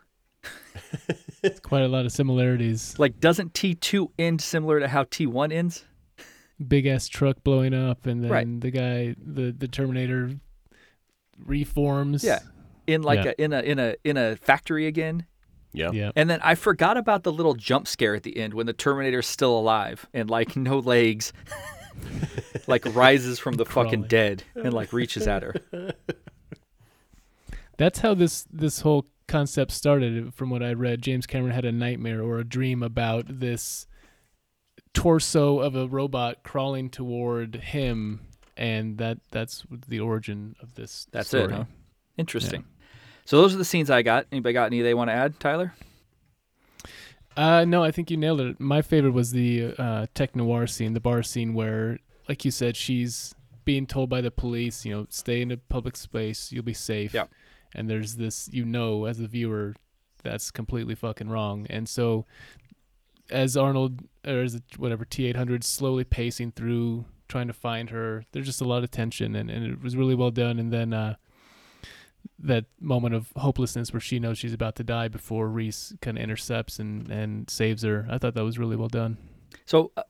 It's quite a lot of similarities.
Like, doesn't T two end similar to how T one ends?
Big ass truck blowing up, and then
Right.
the guy, the the Terminator, reforms.
Yeah, in like
Yeah.
a in a in a in a factory again.
Yeah.
And then I forgot about the little jump scare at the end when the Terminator's still alive and like no legs, like rises from the fucking
Crawling.
dead and like reaches at her.
That's how this this whole concept started. From what I read, James Cameron had a nightmare or a dream about this torso of a robot crawling toward him, and that that's the origin of this.
That's
story.
it. Huh? Interesting. So those are the scenes I got. Anybody got any they want to add, Tyler?
Uh, no, I think you nailed it. My favorite was the uh, tech noir scene, the bar scene where, like you said, she's being told by the police, you know, stay in a public space, you'll be safe.
Yeah.
And there's this, you know, as a viewer, that's completely fucking wrong. And so, as Arnold or as whatever T eight hundred slowly pacing through, trying to find her, there's just a lot of tension, and, and it was really well done. And then uh, that moment of hopelessness where she knows she's about to die before Reese kind of intercepts and, and saves her. I thought that was really well done.
So uh,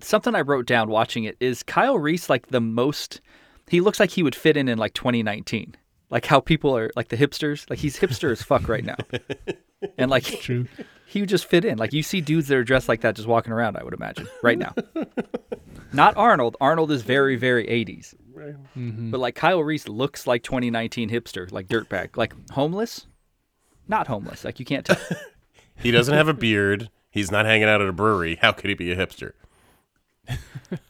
something I wrote down watching it is Kyle Reese like the most. He looks like he would fit in in like 2019. Like how people are like the hipsters. Like he's hipster as fuck right now. And like he,
True.
would just fit in. Like you see dudes that are dressed like that just walking around. I would imagine right now. Not Arnold. Arnold is very very 80s. But like Kyle Reese looks like 2019 hipster, like dirtbag, like homeless. Not homeless. Like you can't tell.
He doesn't have a beard. He's not hanging out at a brewery. How could he be a hipster?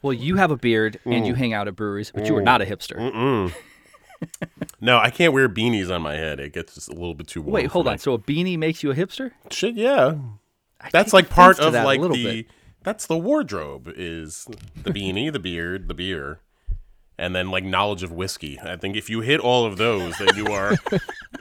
Well, you have a beard and you
Mm.
hang out at breweries, but you are not a hipster.
No, I can't wear beanies on my head. It gets just a little bit too warm.
Wait,
for
hold
my-
on. So a beanie makes you a hipster?
Shit, yeah.
I
That's
take
like part
offense to
of
that a
like the
little bit.
that's the wardrobe is the beanie, the beard, the beer, and then like knowledge of whiskey. I think if you hit all of those, then you are a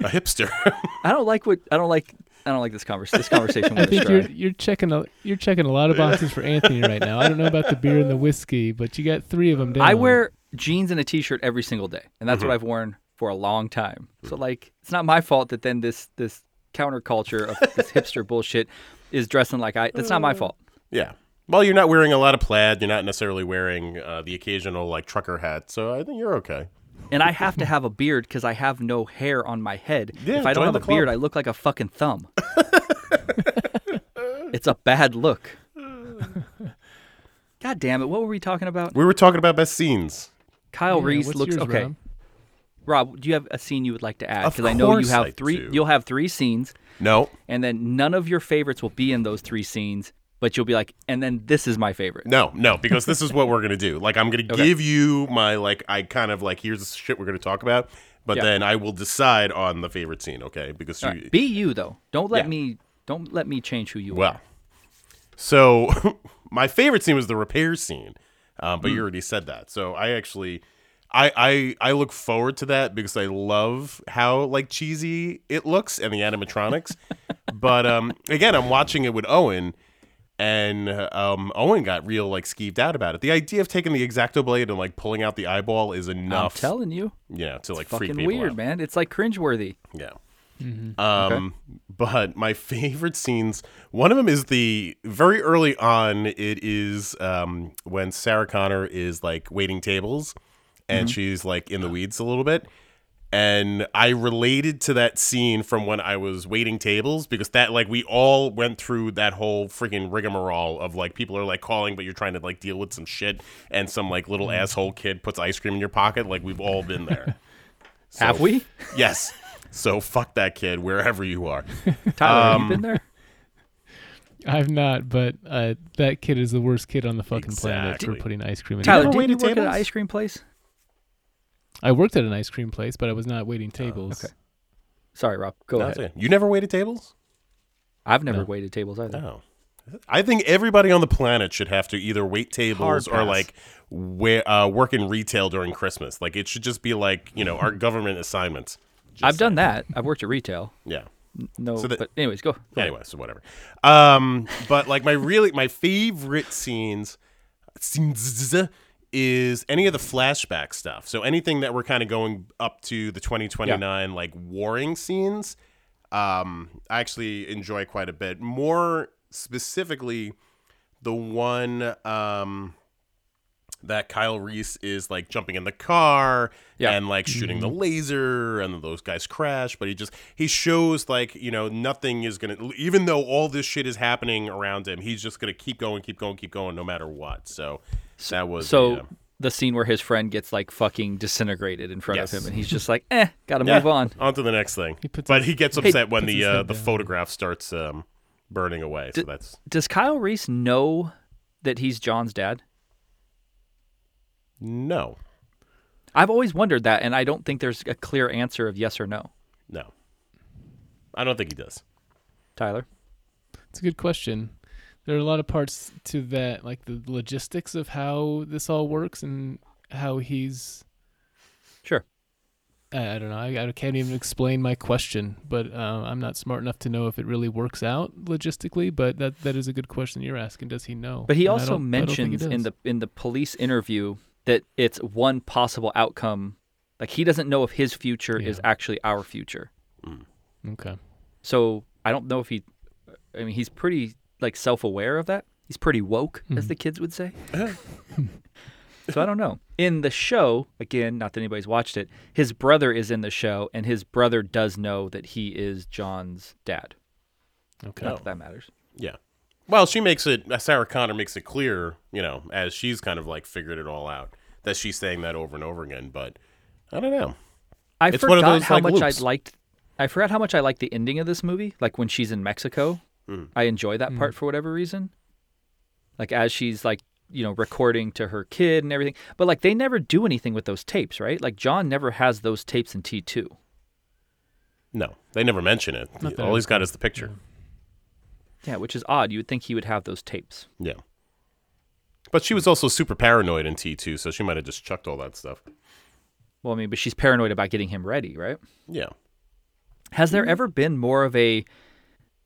hipster.
I don't like what I don't like. I don't like this conversation. This conversation
I
went
think you're
astray.
you're checking a you're checking a lot of boxes for Anthony right now. I don't know about the beer and the whiskey, but you got three of them down.
I wear jeans and a t-shirt every single day, and
Mm-hmm.
that's what I've worn for a long time.
Mm.
So like, it's not my fault that then this
Uh.
this counterculture of this hipster bullshit is dressing like I. That's not my fault.
yeah. Well, you're not wearing a lot of plaid. You're not necessarily wearing uh, the occasional like trucker hat. So I think you're okay.
and I have to have a beard because I have no hair on my head. if
Yeah,
I
join
don't have
the
a beard,
club.
I look like a fucking thumb. it's a bad look. God damn it! What were we talking about?
We were talking about best scenes.
Kyle
Yeah,
Reese
what's
looks
yours,
okay.
Rob?
Rob, do you have a scene you would like to add?
Of
Because I know you
course
have
I
three.
do.
You'll have three scenes,
No,
and then none of your favorites will be in those three scenes. But you'll be like, and then this is my favorite.
no, no, because this is what we're gonna do. Like I'm gonna
Okay.
give you my like I kind of like here's the shit we're gonna talk about, but
Yeah.
then I will decide on the favorite scene. Okay, because
All
you,
right, Be you though. Don't let
Yeah.
me. Don't let me change who you
Well,
are.
so my favorite scene was the repair scene, um,
Mm.
but you already said that. So I actually, I, I I look forward to that because I love how like cheesy it looks and the animatronics. but um, again, I'm watching it with Owen, and um, Owen got real like skeeved out about it. The idea of taking the exacto blade and like pulling out the eyeball is
I'm
enough,
telling you,
yeah, to like freak
fucking
people
weird,
out.
man. It's like cringeworthy.
Yeah. Um, But my favorite scenes, one of them is the very early on, it is um, when Sarah Connor is like waiting tables and she's like in the weeds a little bit. And I related to that scene from when I was waiting tables because that, like, we all went through that whole freaking rigmarole of like people are like calling, but you're trying to like deal with some shit, and some like little asshole kid puts ice cream in your pocket. Like, we've all been there. So-
Have we?
Yes. So fuck that kid wherever you are.
Tyler, have
um,
you been there?
I've not, but uh, that kid is the worst kid on the fucking planet for
Exactly.
putting ice cream in. his
Tyler,
ever
mouth.
did you
waited
work at an
tables?
ice cream place?
I worked at an ice cream place, but I was not waiting tables.
Oh, okay. Sorry, Rob. Go
That's
ahead.
it. You never waited tables?
I've never
No.
waited tables either.
No. I think everybody on the planet should have to either wait
Hard
tables or
pass.
like we- uh, work in retail during Christmas. Like it should just be like, you know, our government assignments.
I've done that. I've worked at retail.
Yeah.
No,
So that-
but anyways, go. go ahead.
Anyway, so whatever. Um, but like my really my favorite scenes scenes is any of the flashback stuff. So anything that we're kind of going up to the 2029 like warring scenes, um, I actually enjoy quite a bit. More specifically, the one um that Kyle Reese is like jumping in the car
Yeah. Mm-hmm.
and like shooting the laser and then those guys crash but he just he shows like you know nothing is going to even though all this shit is happening around him he's just going to keep going keep going keep going no matter what so, that was
So
the, uh,
the scene where his friend gets like fucking disintegrated in front
Yes.
of him, and he's just like, "Eh, gotta
yeah,
move on."
to the next thing
He puts
but
his-
he gets upset when
puts
the
his
uh,
head
the
down.
photograph starts um burning away so
D-
that's
Does Kyle Reese know that he's John's dad?
no
I've always wondered that, and I don't think there's a clear answer of yes or no.
no i don't think he does
Tyler,
It's a good question. There are a lot of parts to that, like the logistics of how this all works and how he's
sure.
I I don't know. I, I can't even explain my question, but uh, I'm not smart enough to know if it really works out logistically. But that that is a good question you're asking. Does he know?
But he
And I
also
don't- I don't think he
mentions in
does.
the in the police interview that it's one possible outcome. Like he doesn't know if his future is
Yeah.
actually our future.
okay.
So I don't know if he. I mean, he's pretty like self-aware of that. He's pretty woke, as the kids would say. so I don't know. In the show, again, not that anybody's watched it. His brother is in the show, and his brother does know that he is John's dad.
Okay.
Not that that matters.
Yeah. Well, she makes it. uh, Sarah Connor makes it clear, you know, as she's kind of like figured it all out that she's saying that over and over again. But I don't know.
I
It's one
forgot
of those,
how
like,
much
loops.
I liked. I forgot how much I liked the ending of this movie. Like when she's in Mexico, I enjoy that
Hmm.
part for whatever reason. Like as she's like you know recording to her kid and everything, but like they never do anything with those tapes, right? Like John never has those tapes in T two.
No, they never mention it.
Not that
all he's got is the picture.
Yeah, which is odd. You would think he would have those tapes.
Yeah. But she was also super paranoid in T two, so she might have just chucked all that stuff.
Well, I mean, but she's paranoid about getting him ready, right?
Yeah.
Has
Mm-hmm.
there ever been more of a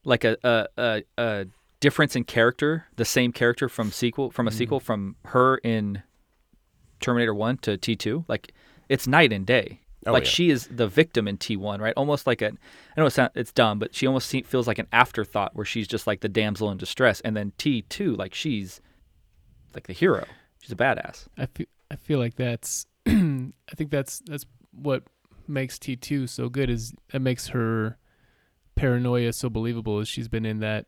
like a a, a, a difference in character, the same character from sequel
Mm-hmm.
from a sequel from her in Terminator One to T two? Like it's night and day.
Oh,
like
yeah.
she is the victim in T one, right? Almost like an I know it's not, it's dumb, but she almost se- feels like an afterthought where she's just like the damsel in distress, and then T two, like she's like the hero. She's a badass.
I feel I feel like that's I think that's that's what makes T two so good is it makes her paranoia so believable is she's been in that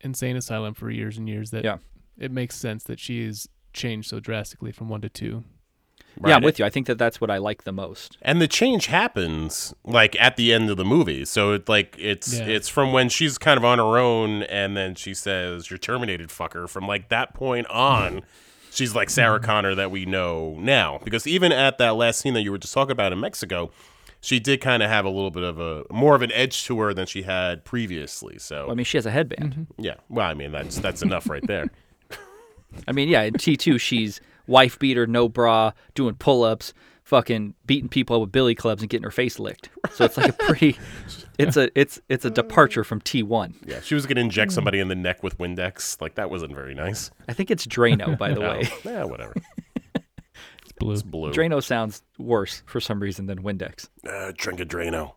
insane asylum for years and years that
Yeah.
it makes sense that she is changed so drastically from one to two.
Yeah, I'm
Right.
with you. I think that that's what I like the most.
and the change happens like at the end of the movie so it's like it's
Yeah.
it's from when she's kind of on her own and then she says you're terminated fucker from like that point on she's like sarah connor that we know now because even at that last scene that you were just talking about in mexico she did kind of have a little bit of a more of an edge to her than she had previously so
I mean, she has a headband.
yeah well i mean that's that's enough right there
I mean, yeah, in T2, she's wife beater, no bra, doing pull ups, fucking beating people up with billy clubs and getting her face licked. So it's like a pretty, it's a it's it's a departure from T1.
yeah she was gonna inject somebody in the neck with windex like that wasn't very nice
I think it's Drano, by the
Oh,
way.
yeah whatever
It's blue.
it's blue
Drano sounds worse for some reason than Windex.
uh, drink a drano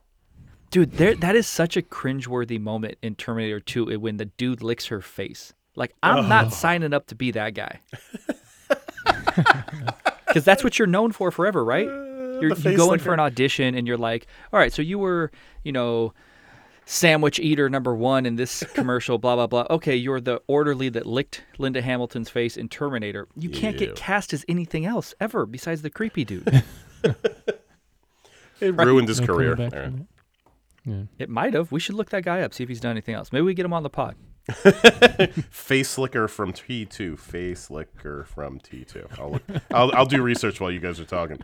Dude, there that is such a cringeworthy moment in Terminator 2 when the dude licks her face. Like, I'm not signing up to be that guy. Because that's what you're known for forever, right? You're, you
face
go in
licker.
for an audition and you're like, all right, so you were, you know, sandwich eater number one in this commercial, blah, blah, blah. Okay, you're the orderly that licked Linda Hamilton's face in Terminator. You can't
Ew.
get cast as anything else ever besides the creepy dude.
It ruined his
No coming
career.
back
All right.
from it.
It might have. We should look that guy up, see if he's done anything else. Maybe we get him on the pod.
Face licker from T two. Face licker from T two. I'll, look- I'll I'll do research while you guys are talking.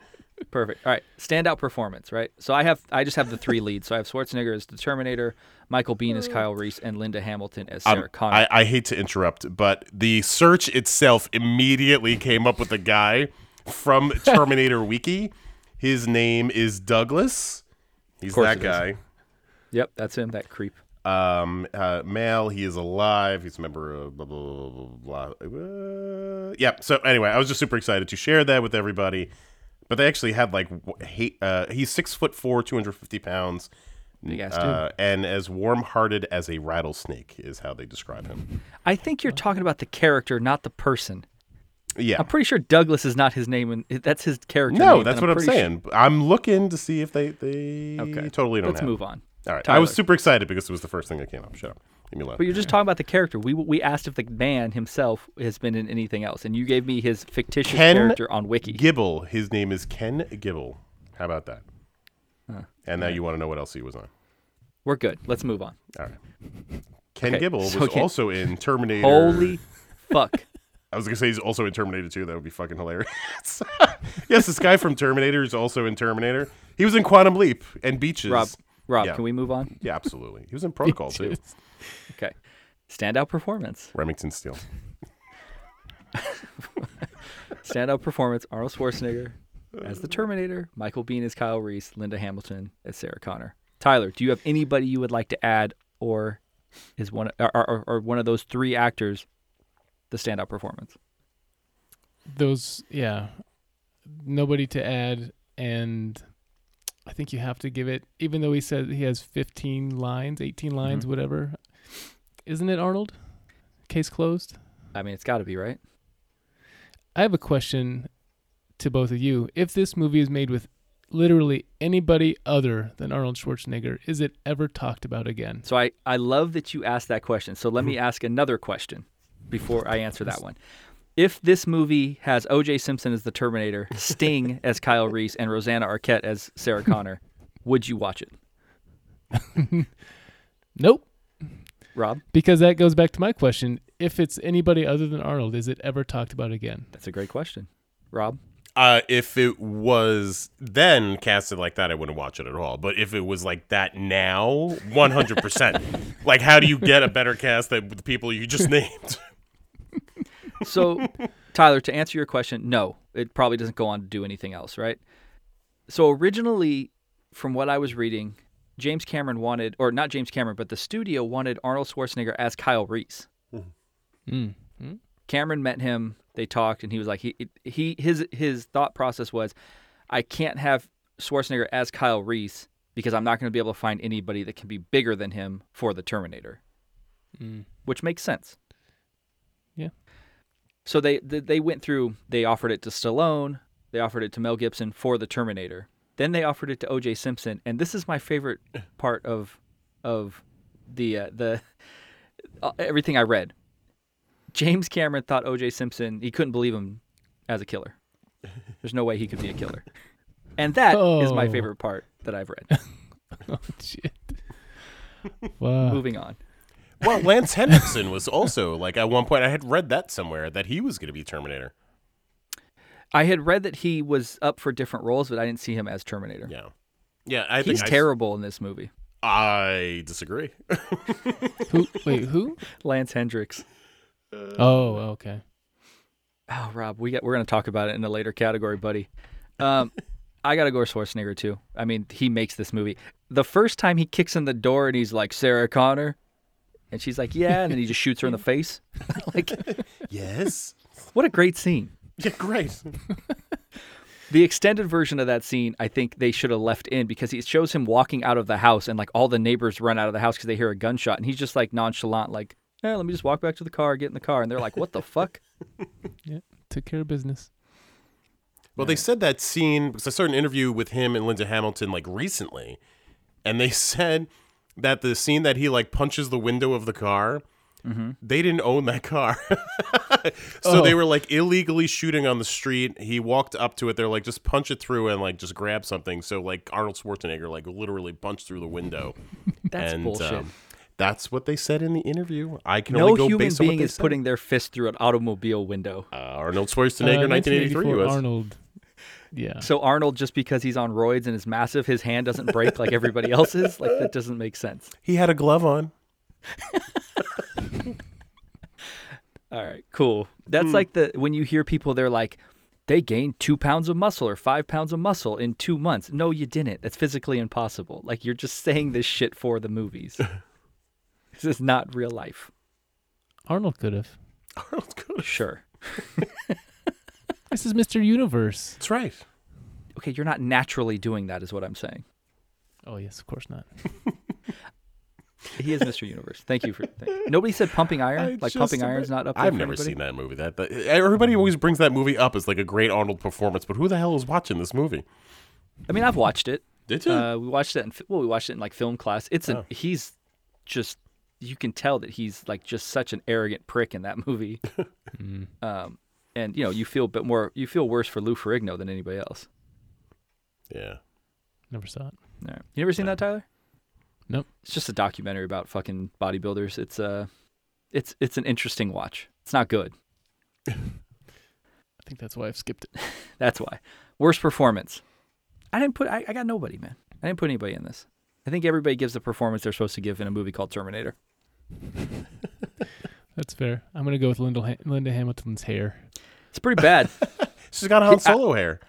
Perfect. All right. Standout performance, right? So I have I just have the three leads. So I have Schwarzenegger as the Terminator, Michael Bean as Kyle Reese, and Linda Hamilton as Sarah Connor.
Um, I, I hate to interrupt, but the search itself immediately came up with a guy from Terminator Wiki. His name is Douglas. He's
course
that
it is.
guy.
yep, that's him, that creep.
Um, uh, male. He is alive. He's a member of blah blah blah blah. blah, blah. Uh, yeah. So anyway, I was just super excited to share that with everybody. But they actually had like wh- he, uh, he's six foot four, two hundred fifty pounds,
Big ass dude.
uh, and as warm-hearted as a rattlesnake is how they describe him.
I think you're talking about the character, not the person.
Yeah.
I'm pretty sure Douglas is not his name, and that's his character.
no,
name,
that's
and
what I'm
pretty sure-
saying. I'm looking to see if they they
Okay.
totally don't.
Let's
have
move
it.
on.
All right. I
Tyler.
was super excited because it was the first thing that came up. Shut up. Leave me alone.
But you're just talking about the character. We we asked if the man himself has been in anything else, and you gave me his fictitious
Ken
character on Wiki.
Gibble. His name is Ken Gibble. How about that? and now you want to know what else he was on.
We're good. Let's move on.
All right. Ken
Okay,
Gibble
so
was
Ken-
also in Terminator.
Holy fuck.
I was gonna say he's also in Terminator 2. That would be fucking hilarious. yes, this guy from Terminator is also in Terminator. He was in Quantum Leap and Beaches.
Rob, Rob,
Yeah.
can we move on?
Yeah, absolutely. He was in Protocol too.
Beaches.
Okay. Standout performance.
Remington Steele.
Standout performance. Arnold Schwarzenegger as the Terminator. Michael Bean as Kyle Reese. Linda Hamilton as Sarah Connor. Tyler, do you have anybody you would like to add, or is one or, or, or one of those three actors the standout performance?
Those yeah, nobody to add, and I think you have to give it. Even though he said he has 15 lines, 18 lines, whatever, isn't it Arnold? Case closed.
I mean, it's got to be right.
I have a question to both of you. If this movie is made with literally anybody other than Arnold Schwarzenegger, is it ever talked about again?
So I, I love that you asked that question. So let me ask another question before I answer that one. If this movie has O.J. Simpson as the Terminator, Sting as Kyle Reese, and Rosanna Arquette as Sarah Connor, would you watch it,
Nope.
Rob?
Because that goes back to my question. If it's anybody other than Arnold, is it ever talked about again?
That's a great question, Rob.
Uh, if it was then casted like that, I wouldn't watch it at all. But if it was like that now, one hundred percent. Like, how do you get a better cast than the people you just named?
So, Tyler, to answer your question, no, it probably doesn't go on to do anything else, right? So originally, from what I was reading, James Cameron wanted, or not James Cameron, but the studio wanted Arnold Schwarzenegger as Kyle Reese.
Mm.
Cameron met him. They talked, and he was like, he he his his thought process was, I can't have Schwarzenegger as Kyle Reese because I'm not going to be able to find anybody that can be bigger than him for the Terminator, which makes sense.
Yeah.
So they they they went through. They offered it to Stallone. They offered it to Mel Gibson for the Terminator. Then they offered it to O.J. Simpson. And this is my favorite part of of the uh, the uh, everything I read. James Cameron thought O.J. Simpson. He couldn't believe him as a killer. There's no way he could be a killer. And that is my
Oh.
favorite part that I've read.
Oh shit. Wow.
Moving on.
Well, Lance Henriksen was also like at one point I had read that somewhere that he was going to be Terminator.
I had read that he was up for different roles, but I didn't see him as Terminator.
Yeah, yeah. I
He's
think I-
terrible in this movie.
I disagree.
who? Wait, who?
Lance Hendricks.
Oh, okay.
Oh, Rob, we got we're gonna talk about it in a later category, buddy. Um, I gotta go with Schwarzenegger too. I mean, he makes this movie. The first time he kicks in the door and he's like Sarah Connor, and she's like, "Yeah," and then he just shoots her in the face. like,
yes.
what a great scene.
Yeah, great.
The extended version of that scene, I think they should have left in because it shows him walking out of the house and like all the neighbors run out of the house because they hear a gunshot and he's just like nonchalant, like, eh, let me just walk back to the car, get in the car. And they're like, what the fuck?
Took care of business.
Well, they said that scene because I saw an interview with him and Linda Hamilton like recently, and they said that the scene that he like punches the window of the car,
Mm-hmm.
they didn't own that car, so they
Oh.
were like illegally shooting on the street. He walked up to it. They're like, just punch it through and like just grab something. So like Arnold Schwarzenegger like literally punched through the window.
That's
and,
bullshit.
um, that's what they said in the interview. I can
no
only go
human
based on what
being
they
is
said.
putting their fist through an automobile window.
uh, Arnold Schwarzenegger,
Uh,
1983
1984
was.
Arnold. Yeah.
So Arnold, just because he's on roids and is massive, his hand doesn't break like everybody else's. Like that doesn't make sense.
He had a glove on.
All right, cool.
Hmm.
That's like the when you hear people, they're like, they gained two pounds of muscle or five pounds of muscle in two months. No, you didn't. That's physically impossible. Like you're just saying this shit for the movies. this is not real life.
Arnold could have.
Arnold could.
Sure.
This is Mr. Universe.
That's right.
Okay, you're not naturally doing that, is what I'm saying.
Oh yes, of course not.
He is Mr. Universe. Thank you for. Thank nobody said pumping iron.
I
like
just
pumping
admit-
iron's not up. There
I've
for
never
anybody?
seen that movie. That, that- everybody always brings that movie up as like a great Arnold performance, but who the hell is watching this movie?
I mean, I've watched it.
Did
Uh, we watched it in fi- well, we watched it in like film class. It's a he's just you can tell that he's like just such an arrogant prick in that movie. um, and you know you feel a bit more you feel worse for Lou Ferrigno than anybody else.
yeah.
Never saw it.
All right. You never seen that, Tyler?
Nope.
It's just a documentary about fucking bodybuilders. It's uh, it's it's an interesting watch. It's not good.
I think that's why I've skipped it.
That's why. Worst performance. I didn't put. I, I got nobody, man. I didn't put anybody in this. I think everybody gives the performance they're supposed to give in a movie called Terminator.
That's fair. I'm gonna go with Linda, ha- Linda Hamilton's hair.
It's pretty bad.
She's got Han Solo hair.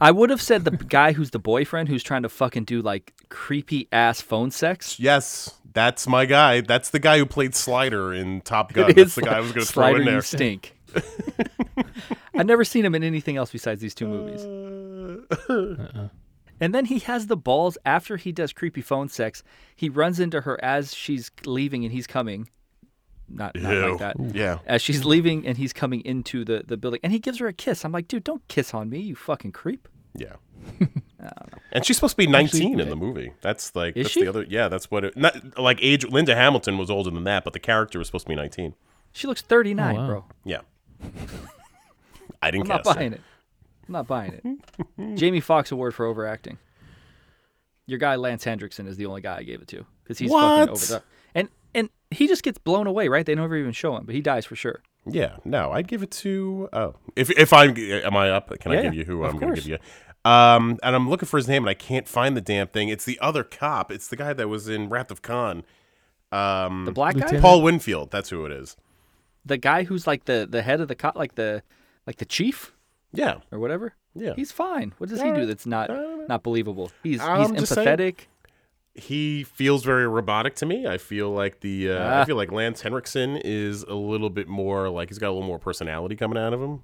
I would have said the guy who's the boyfriend who's trying to fucking do like creepy ass phone sex.
Yes, that's my guy. That's the guy who played Slider in Top Gun.
It
That's
is
the guy I was
like,
going to throw
Slider,
in
You
there.
stink. I've never seen him in anything else besides these two movies.
Uh-uh.
And then he has the balls after he does creepy phone sex. He runs into her as she's leaving and he's coming. Not, not
Ew.
like that.
Yeah.
As she's leaving and he's coming into the, the building and he gives her a kiss. I'm like, dude, don't kiss on me, you fucking creep.
Yeah. and she's supposed to be 19 in the movie. That's like
Is
that's
she?
the other yeah, that's what it not like age Linda Hamilton was older than that, but the character was supposed to be 19.
She looks 39,
Oh, wow.
bro.
Yeah. I didn't
I'm
catch
not buying it. I'm not buying it. Jamie Foxx Award for overacting. Your guy Lance Hendrickson is the only guy I gave it to because he's fucking over
What?
the and and he just gets blown away, right? They never even show him, but he dies for sure.
Yeah, no, I'd give it to. Oh, if if I'm am I up? Can I
Yeah,
give you who
of
I'm going to
course.
give you? Um, and I'm looking for his name, and I can't find the damn thing. It's the other cop. It's the guy that was in Wrath of Khan. Um,
The black guy,
Lieutenant-
Paul Winfield. That's who it is.
the guy who's like the the head of the cop, like the like the chief
Yeah,
or whatever.
yeah.
He's fine. What does he do that's not not believable? He's he's
I'm just saying-
empathetic.
he feels very robotic to me. I feel like the uh, I
Ah.
feel like Lance Henriksen is a little bit more like he's got a little more personality coming out of him.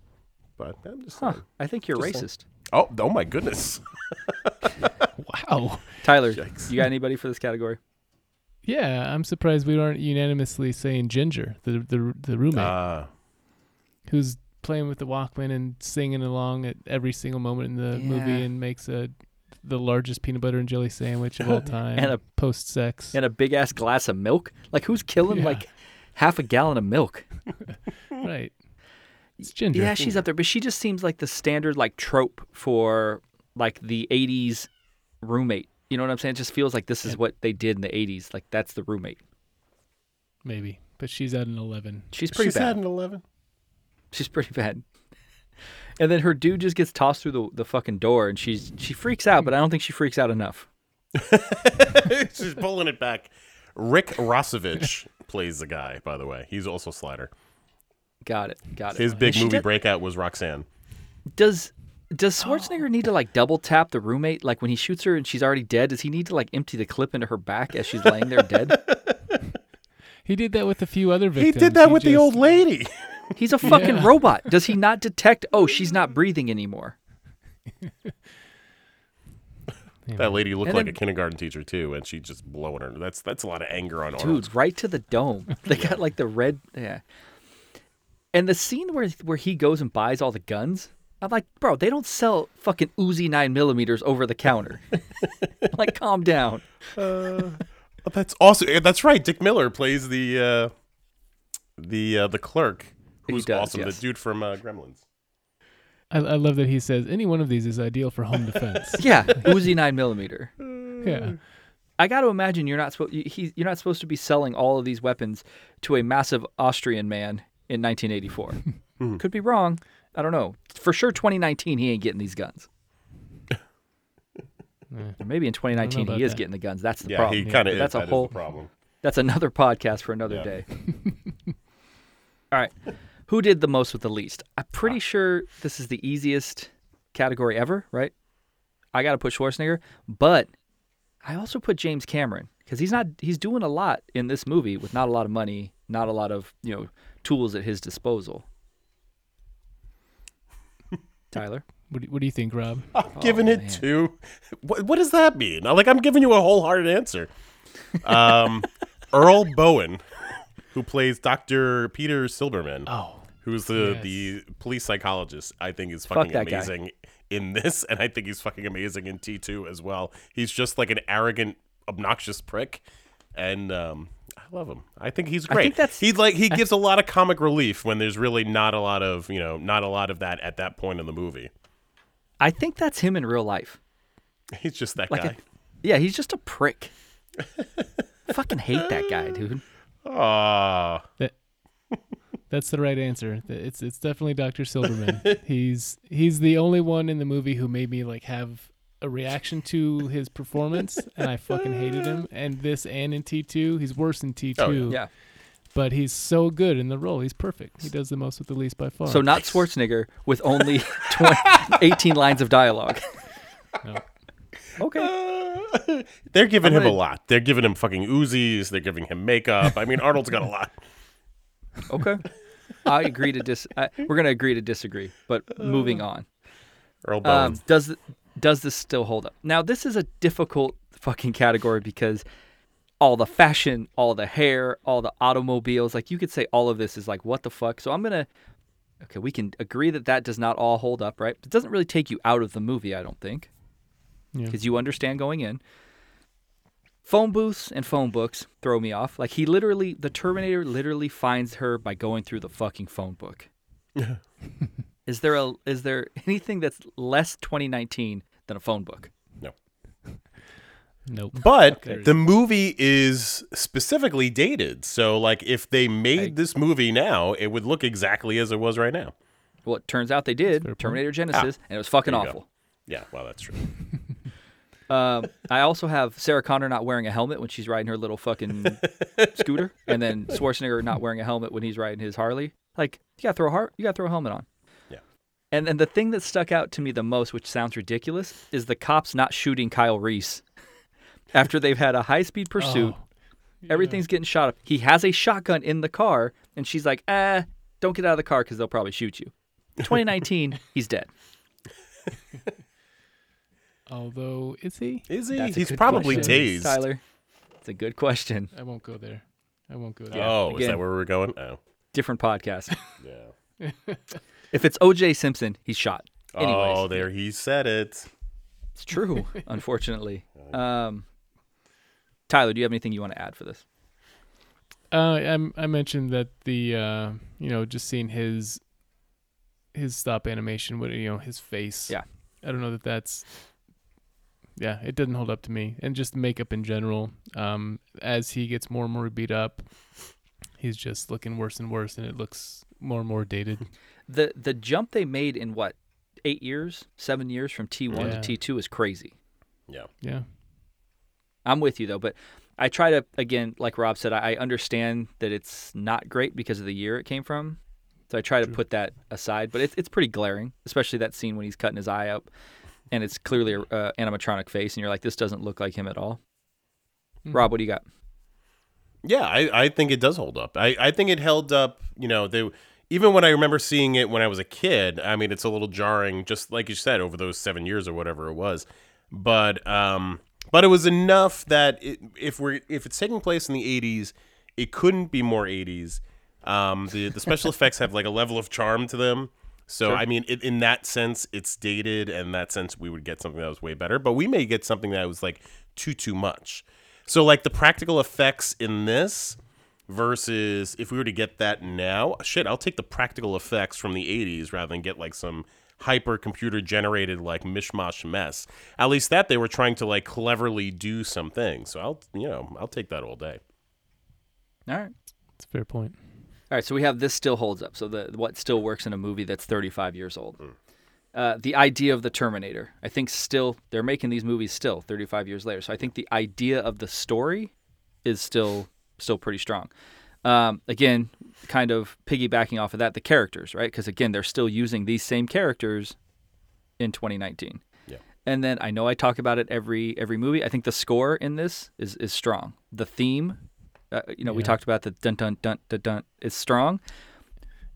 But I'm just
Huh?
saying.
I think you're
Just saying.
racist,
oh oh my goodness.
Wow.
Tyler.
Yikes.
You got anybody for this category?
Yeah, I'm surprised we aren't unanimously saying Ginger, the the the roommate.
Uh,
who's playing with the Walkman and singing along at every single moment in the
Yeah.
movie and makes a the largest peanut butter and jelly sandwich of all time
And a-
post sex.
and a big ass glass of milk. Like who's killing
Yeah.
like half a gallon of milk?
Right. It's Ginger.
Yeah, she's up there, but she just seems like the standard like trope for like the '80s roommate. You know what I'm saying? It just feels like this is what they did in the '80s. Like that's the roommate.
maybe, but she's at an 11.
She's pretty
She's
bad.
had an eleven.
She's pretty bad. And then her dude just gets tossed through the, the fucking door, and she's she freaks out, but I don't think she freaks out enough.
she's pulling it back. Rick Rossovich plays the guy. By the way, he's also Slider.
Got it. Got it.
His
And
big
she
movie
does,
breakout was Roxanne.
Does does Schwarzenegger need to like double tap the roommate? Like when he shoots her and she's already dead, does he need to like empty the clip into her back as she's laying there dead?
He did that with a few other victims. just-
lady.
He's a fucking
Yeah.
robot. Does he not detect? Oh, she's not breathing anymore.
That lady looked
And
like
then-
a kindergarten teacher too, and she just blowing her. That's that's a lot of anger on Arnold.
Dude, right to the dome. They got like the red. Yeah. And the scene where where he goes and buys all the guns, I'm like, bro, they don't sell fucking Uzi nine millimeters over the counter. like, calm down.
Oh, that's also yeah, that's right. Dick Miller plays the uh, the uh, the clerk,
He
who's
does,
awesome.
yes.
The dude from uh, Gremlins.
I, I love that he says any one of these is ideal for home defense.
Yeah, Uzi nine millimeter.
yeah.
I got to imagine you're not supposed he's you're not supposed to be selling all of these weapons to a massive Austrian man in
Hmm.
1984. Could be wrong. I don't know. For sure, 2019 he ain't getting these guns. Or maybe in 2019
about
he is
that.
getting the guns. That's the
Yeah,
problem.
he kind
But
of
that's a whole
problem.
That's another podcast for another day. All right. Who did the most with the least? I'm pretty sure this is the easiest category ever, right? I got to put Schwarzenegger, but I also put James Cameron because he's not he's doing a lot in this movie with not a lot of money, not a lot of, you know, tools at his disposal. Tyler,
What do, what do you think, Rob?
I'm
Oh,
giving it two. What, what does that mean? I'm like I'm giving you a wholehearted answer. Um, Earl Bowen, who plays Doctor Peter Silberman.
Oh,
who's the
Yes.
the police psychologist i think is fucking
that guy.
amazing in this and i think he's fucking amazing in t2 as well he's just like an arrogant obnoxious prick and um i love him i think he's
I
great
think that's-
he's like he gives a lot of comic relief when there's really not a lot of you know not a lot of that at that point in the movie
I think that's him in real life.
he's just that
Like
guy
a, yeah, he's just a prick. Fucking hate that guy, dude.
Ah,
that that's the right answer. Th- It's it's definitely Dr. Silverman. he's he's the only one in the movie who made me like have a reaction to his performance, and I fucking hated him. And this and in T two, he's worse in T two.
Oh,
Yeah.
But he's so good in the role. He's perfect. He does the most with the least by far.
So not Schwarzenegger with only 20, 18 lines of dialogue.
No.
Okay.
they're giving him a
gonna-
lot. They're giving him fucking Uzis. They're giving him makeup. I mean, Arnold's got a lot.
Okay. I agree to dis. I, we're gonna agree to disagree, but moving on.
Earl Bowen.
Um, does th- does this still hold up? Now this is a difficult fucking category because all the fashion, all the hair, all the automobiles. Like you could say all of this is like what the fuck. So I'm gonna. Okay, we can agree that that does not all hold up, right? It doesn't really take you out of the movie, I don't think,
Yeah.
because you understand going in. Phone booths and phone books throw me off. Like he literally, the Terminator literally finds her by going through the fucking phone book. Is there a is there anything that's less 2019 than a phone book?
no.
nope.
But
Okay.
the movie is specifically dated. So, like, if they made this movie now, it would look exactly as it was right now.
Well, it turns out they did Terminator Genesis, and it was fucking
Ah, there you
awful.
Yeah, well, that's true.
Um, I also have Sarah Connor not wearing a helmet when she's riding her little fucking scooter, and then Schwarzenegger not wearing a helmet when he's riding his Harley. Like you gotta throw a har- you gotta throw a helmet on.
Yeah.
And then the thing that stuck out to me the most, which sounds ridiculous, is the cops not shooting Kyle Reese after they've had a high speed pursuit.
Oh.
Everything's getting shot up. He has a shotgun in the car, and she's like, "Ah, don't get out of the car because they'll probably shoot you." 2019, he's dead.
Although is he?
Is he?
That's a
He's
good
probably
question,
tased.
Tyler, it's a good question.
I won't go there. I won't go there.
Oh, is
Again.
that where we're going? Oh,
Different podcast.
yeah.
If it's O.J. Simpson, he's shot. Anyways,
oh, there he said it.
it's true. Unfortunately, um, Tyler, do you have anything you want to add for this?
Uh, I I mentioned that the uh, you know just seeing his his stop animation, what you know his face.
Yeah.
I don't know that that's yeah, it doesn't hold up to me, and just makeup in general. Um, as he gets more and more beat up, he's just looking worse and worse, and it looks more and more dated.
The the jump they made in what eight years, seven years from T one
Yeah.
to T two is crazy.
Yeah.
Yeah,
I'm with you though, but I try to again, like Rob said, I I understand that it's not great because of the year it came from. So I try to put that aside, but it's it's pretty glaring, especially that scene when he's cutting his eye up, and it's clearly a uh, animatronic face, and you're like, this doesn't look like him at all. Rob, what do you got?
Yeah, I, I think it does hold up. I, I think it held up, you know, they even when I remember seeing it when I was a kid, I mean it's a little jarring, just like you said, over those seven years or whatever it was. But um but it was enough that it, if we're if it's taking place in the eighties, it couldn't be more eighties. Um the, the special effects have like a level of charm to them. So I mean it, in that sense it's dated and in that sense we would get something that was way better, but we may get something that was like too too much. So like the practical effects in this versus if we were to get that now, shit, I'll take the practical effects from the 80s rather than get like some hyper computer generated like mishmash mess. At least that they were trying to like cleverly do some things. So I'll, you know, I'll take that all day.
All right,
it's a fair point.
all right. So we have this still holds up. So the what still works in a movie that's 35 years old. Uh, the idea of the Terminator, I think, still they're making these movies still 35 years later. So I think the idea of the story is still still pretty strong. Um, again, kind of piggybacking off of that, the characters, right? Because again, they're still using these same characters in 2019.
Yeah.
And then I know I talk about it every every movie. I think the score in this is is strong. The theme, uh, you know, we talked about the dun dun dun dun dun is strong.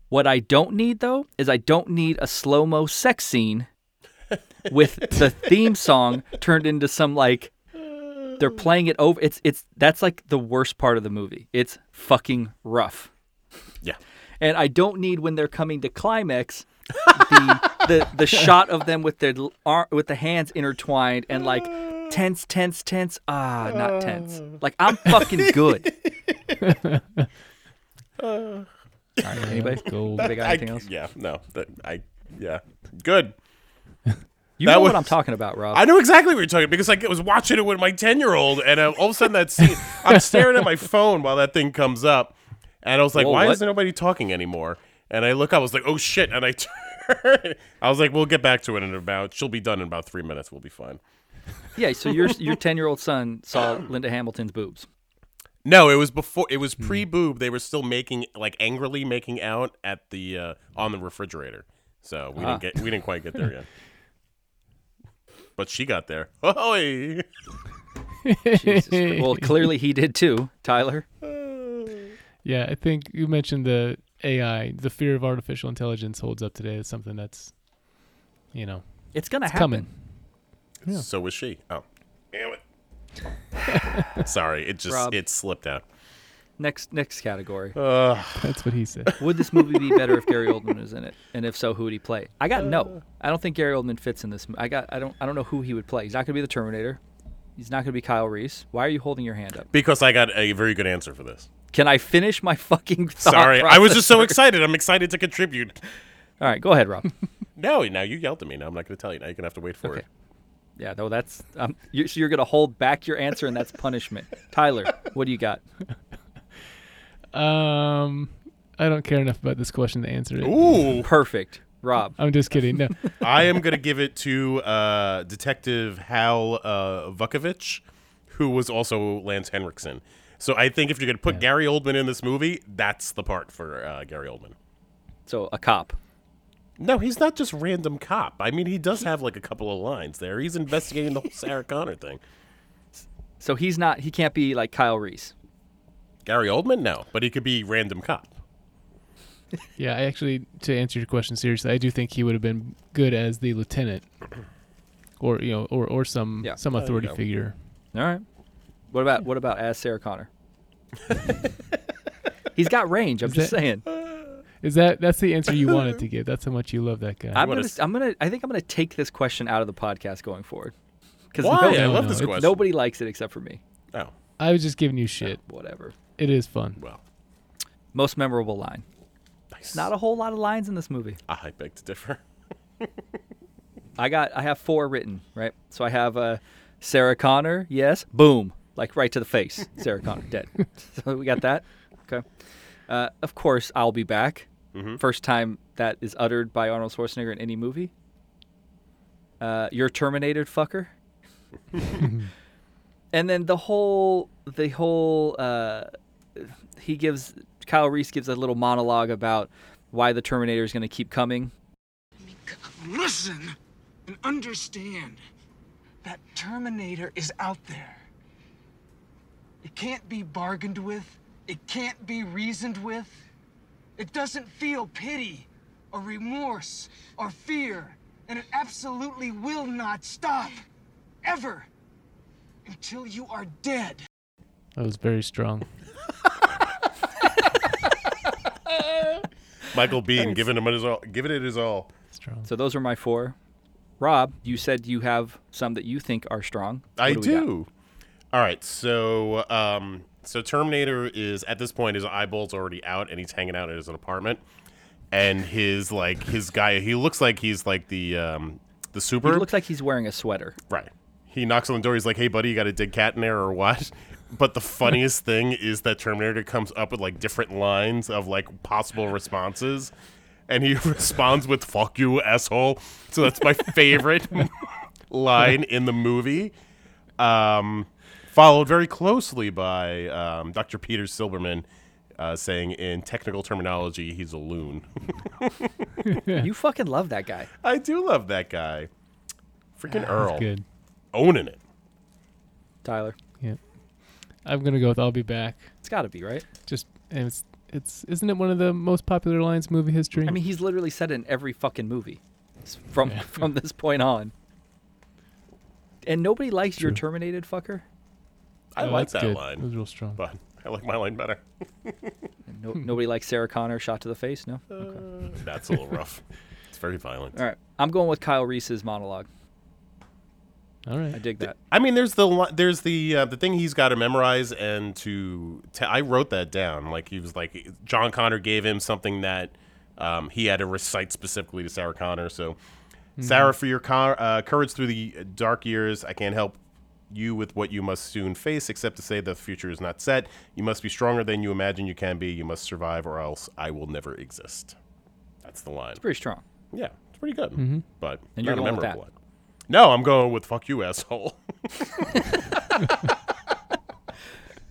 What I don't need though is I don't need a slow mo sex scene with the theme song turned into some like they're playing it over. It's it's that's like the worst part of the movie. It's fucking rough.
Yeah.
And I don't need when they're coming to climax the the, the shot of them with their l- ar- with the hands intertwined and like tense tense tense ah not tense. Like I'm fucking good. All right, anybody?
Gold.
Anybody got
I-
anything else?
Yeah, no. that- I yeah. Good.
You
That
know
was-
what I'm talking about, Rob.
I know exactly what you're talking because like I was watching it with my ten year old, and uh, all of a sudden that scene, I'm staring at my phone while that thing comes up, and I was like,
Whoa,
why
what?
isn't nobody talking anymore? And I look up, I was like, oh shit, and I turn. I was like, we'll get back to it in about. She'll be done in about three minutes. We'll be fine.
Yeah, so your your ten year old son saw Linda Hamilton's boobs.
No, it was before. It was pre boob. They were still making like angrily making out at the uh, on the refrigerator. So we didn't get we didn't quite get there yet. But she got there. Hoy!
Jesus Christ. Well, clearly he did too, Tyler.
Yeah, I think you mentioned the AI, the fear of artificial intelligence holds up today. It's something that's, you know,
It's gonna happen.
coming.
So was she. Oh. Damn it. Sorry, it just
Rob.
it slipped out.
Next next category.
Uh.
That's what he said.
Would this movie be better if Gary Oldman was in it? And if so, who would he play? I got no. I don't think Gary Oldman fits in this. m- I got. I don't. I don't know who he would play. He's not gonna be the Terminator. He's not gonna be Kyle Reese. Why are you holding your hand up?
Because I got a very good answer for this.
Can I finish my fucking? thought
Sorry, I was just so
process?
excited. I'm excited to contribute.
All right, go ahead, Rob.
No, now you yelled at me. Now I'm not going to tell you. Now you're going to have to wait for
Okay. Yeah, no, that's. Um, you, so you're gonna hold back your answer, and that's punishment. Tyler, what do you got?
Um, I don't care enough about this question to answer it.
it. Ooh,
Perfect, Rob.
I'm just kidding. No,
I am going to give it to uh, Detective Hal uh, Vukovich, who was also Lance Henriksen. So I think if you're going to put Gary Oldman in this movie, that's the part for uh, Gary Oldman.
So a cop.
No, he's not just random cop. I mean, he does have like a couple of lines there. He's investigating the whole Sarah Connor thing.
So he's not. He can't be like Kyle Reese.
Gary Oldman, no, but he could be random cop.
yeah, I actually, to answer your question seriously, I do think he would have been good as the lieutenant, or you know, or or some
Yeah.
some authority figure.
All right. What about what about as Sarah Connor? He's got range. I'm
Is
just
that-
saying.
Is that that's the answer you wanted to give? That's how much you love that guy.
I'm
What
gonna,
is-
I'm gonna, I think I'm gonna take this question out of the podcast going forward. Because
Why? I love
no,
this
it's-
question.
nobody likes it except for me.
Oh,
I was just giving you shit.
Whatever.
It is fun.
well.
Most memorable line.
Nice. Ah,
Not a whole lot of lines in this movie.
I beg to differ.
I got, I have four written, right? So I have uh, Sarah Connor, yes, boom, like right to the face. Sarah Connor dead. So we got that. Okay. Uh, of course, I'll be back. First time that is uttered by Arnold Schwarzenegger in any movie. Uh, you're terminated, fucker. and then the whole, the whole, uh, he gives Kyle Reese gives a little monologue about why the Terminator is going to keep coming.
Listen and understand that Terminator is out there. It can't be bargained with, it can't be reasoned with. It doesn't feel pity or remorse or fear, and it absolutely will not stop ever until you are dead.
That was very strong.
Michael Bean giving him his all, giving it his all.
Strong.
So those are my four. Rob, you said you have some that you think are strong.
I
What we got?
do. All right, so um, so Terminator is at this point his eyeball's already out, and he's hanging out at his apartment, and his like his guy he looks like he's like the um, the super
He looks like he's wearing a sweater.
right. He knocks on the door. He's like, "Hey, buddy, you got a dead cat in there or what?" But the funniest thing is that Terminator comes up with like different lines of like possible responses, and he responds with "fuck you, asshole." So that's my favorite line in the movie um, followed very closely by um, Dr. Peter Silberman uh, saying, in technical terminology, he's a loon.
You fucking love that guy.
I do love that guy. Freaking Earl.
Good.
Owning it.
Tyler.
Yeah. I'm gonna go with "I'll be back."
It's got to be, right?
Just and it's it's isn't it one of the most popular lines in movie history?
I mean, he's literally said it in every fucking movie s- from from this point on. And nobody likes your terminated fucker.
I
Oh,
like
that's
that
good. It
line,
was real strong.
but I like my line better.
And No, nobody likes Sarah Connor shot to the face.
Uh,
No.
That's a little rough. It's very violent.
All right. I'm going with Kyle Reese's monologue.
All
I
right.
dig that.
I mean, there's the li- there's the uh, the thing he's got to memorize and to te- I wrote that down. Like he was like John Connor gave him something that um, he had to recite specifically to Sarah Connor. So Sarah, for your cor- uh, courage through the dark years, I can't help you with what you must soon face, except to say that the future is not set. You must be stronger than you imagine you can be. You must survive, or else I will never exist. That's the line.
Pretty strong.
Yeah, it's pretty good, but
Mm-hmm. And
not
you're
a
going with
memorable
that.
one. No, I'm going with "fuck you, asshole."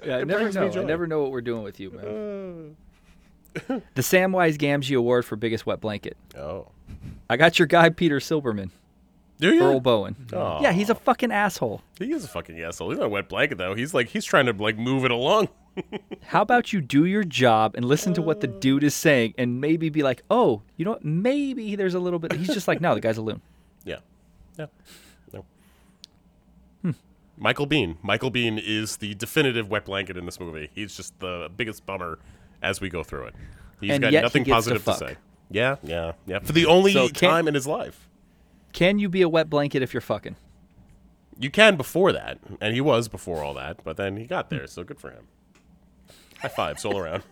Yeah, I never
brings me
know. I
joy. Uh.
never know what we're doing with you, man. the Samwise Gamgee Award for biggest wet blanket.
oh.
I got your guy Peter Silberman,
Do you?
Earl Bowen.
Aw.
Yeah, he's a fucking asshole.
He is a fucking asshole. He's not a wet blanket though. He's like he's trying to like move it along.
How about you do your job and listen to what the dude is saying, and maybe be like, oh, you know what? Maybe there's a little bit. He's just like, no, the guy's a loon.
Yeah. Yeah. No.
Hmm.
Michael Bean. Michael Bean is the definitive wet blanket in this movie. He's just the biggest bummer as we go through it. He's
And
got
yet he
nothing
gets to
positive to,
fuck.
say. Yeah, yeah, yeah. For the only
So can't-
time in his life.
Can you be a wet blanket if you're fucking?
You can before that, and he was before all that, but then he got there, so good for him. High fives all around.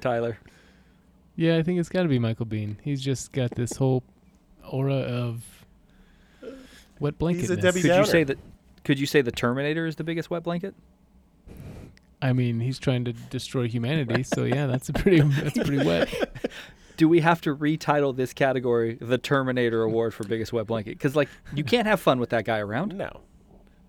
Tyler.
Yeah, I think it's got to be Michael Bean. He's just got this whole aura of wet blanket.
He's a Debbie
Could you
Downer.
say that? Could you say the Terminator is the biggest wet blanket?
I mean, he's trying to destroy humanity. So yeah, that's a pretty that's pretty wet.
Do we have to retitle this category the Terminator Award for biggest wet blanket? Because like, you can't have fun with that guy around.
No.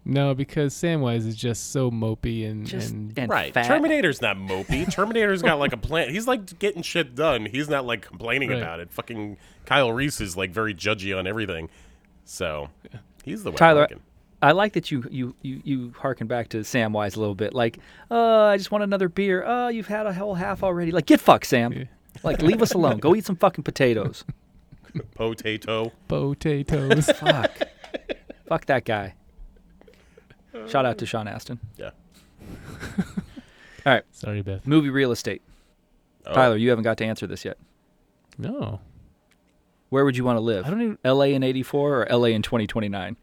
No, because Samwise is just so mopey and
Just
and
and
Right.
fat.
Terminator's not mopey. Terminator's got like a plan. He's like getting shit done. He's not like complaining
Right.
about it. Fucking Kyle Reese is like very judgy on everything. So he's the way.
Tyler, I like that you you you you harken back to Samwise a little bit. Like, uh, I just want another beer. Uh, you've had a whole half already. Like, get fucked, Sam. Like, leave us alone. Go eat some fucking potatoes.
potato.
potatoes.
Fuck. Fuck that guy. Shout out to Sean Aston.
Yeah.
All right,
Sorry, Beth.
movie real estate. Tyler, you haven't got to answer this yet.
No.
Where would you want to live?
I don't even-
LA in 84 or LA in 2029?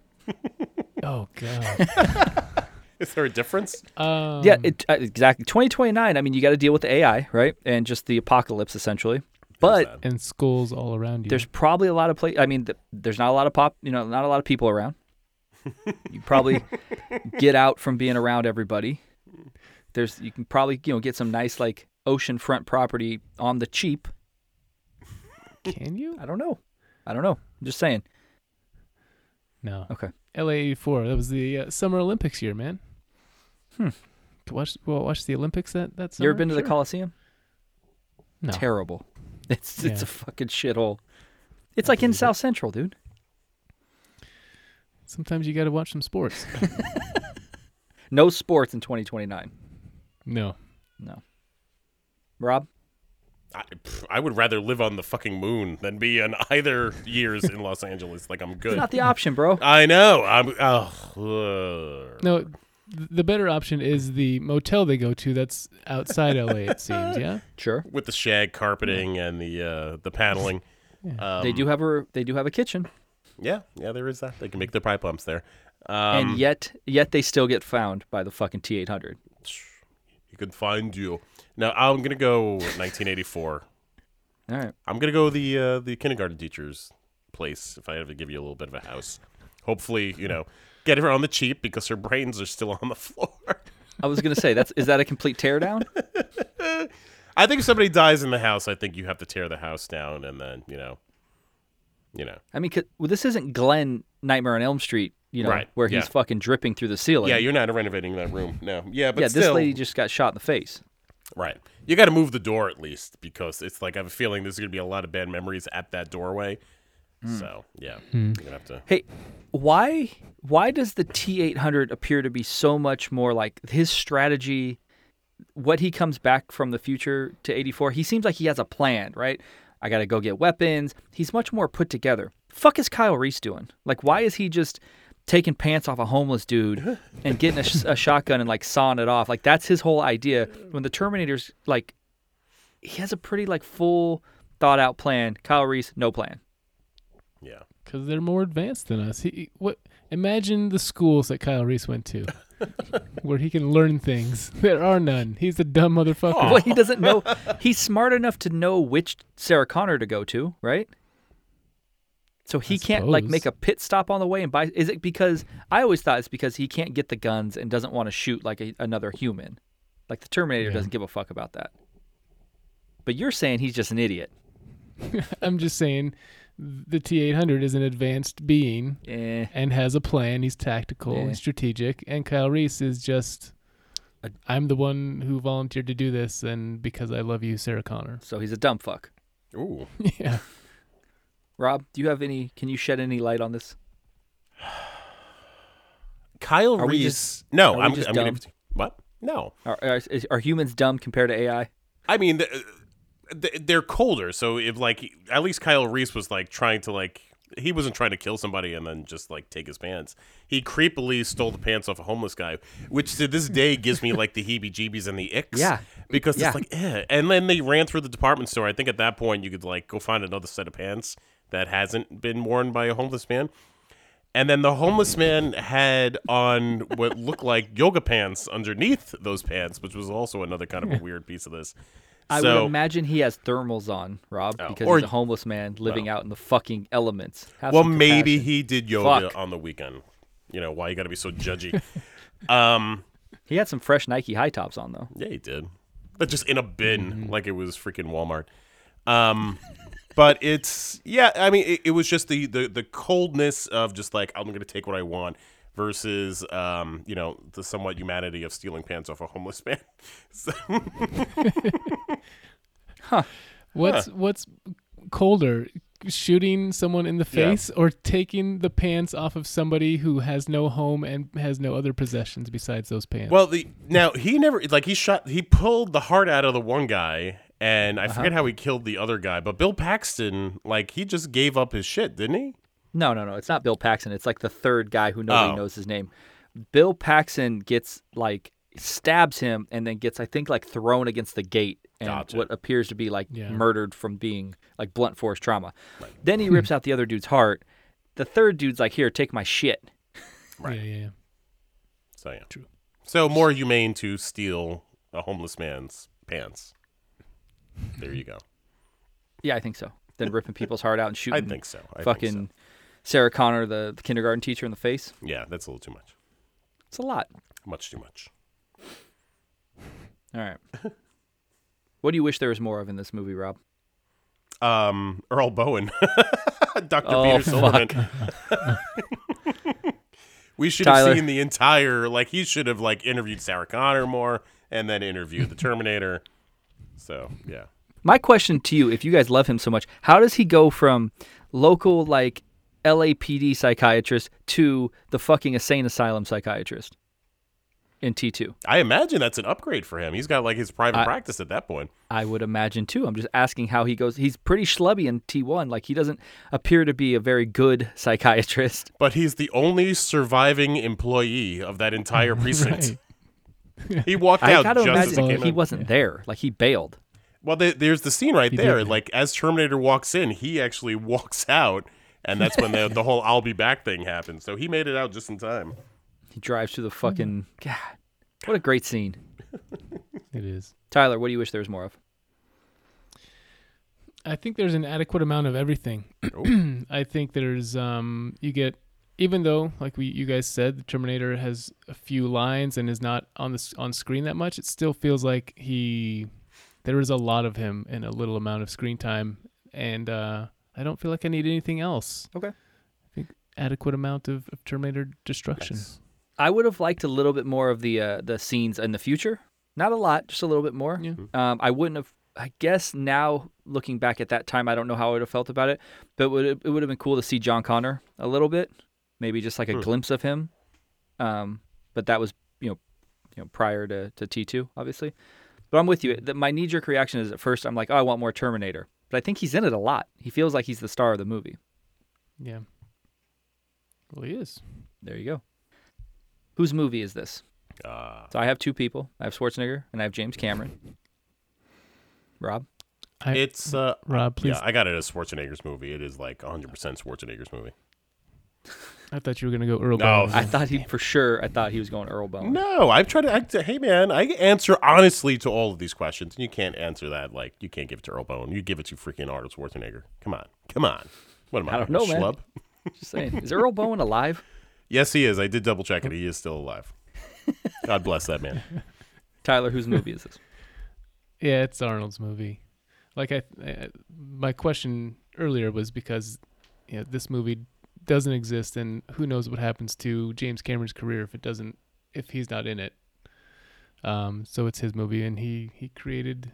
Oh god.
Is there a difference?
Um,
yeah, it, uh, exactly. 2029, I mean, you got to deal with the AI, right? And just the apocalypse, essentially. But
sad.
and schools all around you.
there's probably a lot of place. I mean, th- there's not a lot of pop, you know, not a lot of people around. You probably get out from being around everybody. There's, you can probably, you know, get some nice, like, oceanfront property on the cheap.
Can you?
I don't know. I don't know. I'm just saying.
No.
Okay.
LA 84. That was the uh, Summer Olympics year, man. Hmm. Watch well, watch the Olympics that that summer.
You ever been to the
Sure.
Coliseum?
No.
Terrible. It's it's
Yeah.
a fucking shithole. It's like in South Central, dude.
Sometimes you got to watch some sports.
No sports in 2029.
no.
No. Rob,
I, pff, I would rather live on the fucking moon than be on either years in Los Angeles. Like I'm good.
not the option, bro.
I know. I'm. Oh,
No. th- The better option is the motel they go to that's outside LA it seems, yeah?
Sure.
with the shag carpeting and the uh, the paneling.
they do have a they do have a kitchen,
Yeah, yeah, there is that. They can make their pipe bombs there. Um,
and yet yet they still get found by the fucking T800.
You can find you. Now I'm gonna go 1984.
All right.
I'm gonna go the uh, the kindergarten teacher's place if I ever give you a little bit of a house. Hopefully, you know, get her on the cheap because her brains are still on the floor.
I was gonna say that's is that a complete teardown?
I think if somebody dies in the house, I think you have to tear the house down and then you know, you know,
I mean, 'cause- well, this isn't Glenn Nightmare on Elm Street, you know,
Right,
where he's
yeah.
fucking dripping through the ceiling.
yeah, you're not renovating that room. No, yeah, but
yeah.
still,
This lady just got shot in the face.
right. You got to move the door at least because it's like I have a feeling there's gonna be a lot of bad memories at that doorway.
Hmm.
So yeah, you're gonna have to.
Hey, why why does the T800 appear to be so much more like his strategy what he comes back from the future to 84? He seems like he has a plan, right? I got to go get weapons. He's much more put together. Fuck is Kyle Reese doing? Like why is he just taking pants off a homeless dude and getting a, sh- a shotgun and like sawing it off? Like that's his whole idea. When the Terminator's like he has a pretty like full thought out plan. Kyle Reese no plan.
Yeah,
Cuz they're more advanced than us. He what imagine the schools that Kyle Reese went to where he can learn things. There are none. He's a dumb motherfucker.
Well, he doesn't know. He's smart enough to know which Sarah Connor to go to, right? So he
I
can't like
suppose.
make a pit stop on the way and buy. Is it because I always thought it's because he can't get the guns and doesn't want to shoot like a, another human, like the Terminator doesn't give a fuck about that. But you're saying he's just an idiot.
I'm just saying the T800 is an advanced being
Eh,
and has a plan. He's tactical
Yeah.
and strategic. And Kyle Reese is just, I'm the one who volunteered to do this, and because I love you, Sarah Connor.
so he's a dumb fuck.
ooh.
yeah.
Rob, do you have any? Can you shed any light on this?
Kyle
Are we
Reese.
just-
no,
are we
I'm,
just
I'm
dumb?
gonna. What? No,
Are, are, is- are humans dumb compared to AI?
I mean th- th- they're colder. So if like at least Kyle Reese was like trying to like he wasn't trying to kill somebody and then just like take his pants. He creepily stole the pants off a homeless guy, which to this day gives me like the heebie-jeebies and the icks.
Yeah.
because
Yeah.
it's like, eh. and then they ran through the department store. I think at that point you could like go find another set of pants that hasn't been worn by a homeless man. And then the homeless man had on what looked like yoga pants underneath those pants, which was also another kind of a weird piece of this.
I
so, Oh.
would imagine he has thermals on, Rob, because
Or-
he's a homeless man living out in the fucking elements. Have
well,
some
maybe
compassion.
he did yoga
Fuck.
on the weekend. You know why you got to be so judgy? um,
He had some fresh Nike high tops on though.
yeah, he did, but just in a bin,
Mm-hmm.
like it was freaking Walmart. Um, but it's yeah. I mean, it, it was just the, the the coldness of just like I'm gonna take what I want versus um, you know the somewhat humanity of stealing pants off a homeless man. So-
What's what's colder, shooting someone in the
Yeah.
face or taking the pants off of somebody who has no home and has no other possessions besides those pants?
Well, the now he never like he shot he pulled the heart out of the one guy, and I forget how he killed the other guy. But Bill Paxton, like he just gave up his shit, didn't he?
No, no, no. It's not Bill Paxton. It's like the third guy who nobody
Oh.
knows his name. Bill Paxton gets like stabs him and then gets I think like thrown against the gate and
Gotcha.
what appears to be like
Yeah.
murdered from being like blunt force trauma. Then he
hmm.
rips out the other dude's heart. The third dude's like, "Here, take my shit."
Right.
Yeah, yeah, yeah.
So yeah.
True.
So more humane to steal a homeless man's pants. There you go.
Yeah, I think so. Then ripping people's heart out and shooting.
I think so. I think so.
Mm. fucking Sarah Connor, the, the kindergarten teacher, in the face.
Yeah, that's a little too much.
It's a lot.
Much too much.
All right. what do you wish there was more of in this movie, Rob?
Um, Earl Bowen, Dr.
Oh,
Peter Silverman. we should
Tyler.
have seen the entire. Like he should have like interviewed Sarah Connor more, and then interviewed the Terminator. So yeah,
My question to you, if you guys love him so much, how does he go from local like LAPD psychiatrist to the fucking insane asylum psychiatrist in T2?
I imagine that's an upgrade for him. He's got like his private practice at that point.
I would imagine too. I'm just asking how he goes. He's pretty schlubby in T1. Like he doesn't appear to be a very good psychiatrist.
But he's the only surviving employee of that entire precinct. He walked
I
out
gotta
just as it
imagine
came
he
in.
wasn't there. Like he bailed.
Well, there there's the scene right
He
there.
did.
Like as Terminator walks in, he actually walks out, and that's when the the whole "I'll be back" thing happens. So he made it out just in time.
He drives through the fucking God. What a great scene.
It is.
Tyler, what do you wish there was more of?
I think there's an adequate amount of everything. I think there's um you get even though like we you guys said the Terminator has a few lines and is not on this on screen that much, it still feels like he there is a lot of him and a little amount of screen time and uh I don't feel like I need anything else.
Okay.
I think adequate amount of, of Terminator destruction.
I would have liked a little bit more of the uh, the scenes in the future. Not a lot, just a little bit more.
Yeah.
Um, I wouldn't have. I guess now looking back at that time, I don't know how I would have felt about it, but would it, it would have been cool to see John Connor a little bit, maybe just like a glimpse of him. Um, but that was you know, you know prior to to T two obviously. But I'm with you. The, my knee jerk reaction is at first I'm like, oh, I want more Terminator, but I think he's in it a lot. He feels like he's the star of the movie.
Yeah. Well he is.
There you go. Whose movie is this? so I have two people. I have Schwarzenegger and I have James Cameron. Rob,
I,
It's uh,
Rob, please
yeah, I got it as Schwarzenegger's movie. It is like 100 percent Schwarzenegger's movie.
I thought you were gonna go Earl
No,
Bowen.
I thought he for sure. I thought he was going Earl
Oh.
Bone.
No, I've tried to. act hey, man, I answer honestly to all of these questions, and you can't answer that. Like you can't give it to Earl Bowen. You give it to freaking Arnold Schwarzenegger. Come on, come on. What am I?
I don't
a
know, man.
schlub?
Just saying, is Earl Bowen alive?
Yes, he is. I did double check it. He is still alive. God bless that man.
Tyler, whose movie is this?
Yeah, it's Arnold's movie. Like I, I my question earlier was because you know, this movie doesn't exist and who knows what happens to James Cameron's career if it doesn't if he's not in it. Um so it's his movie and he he created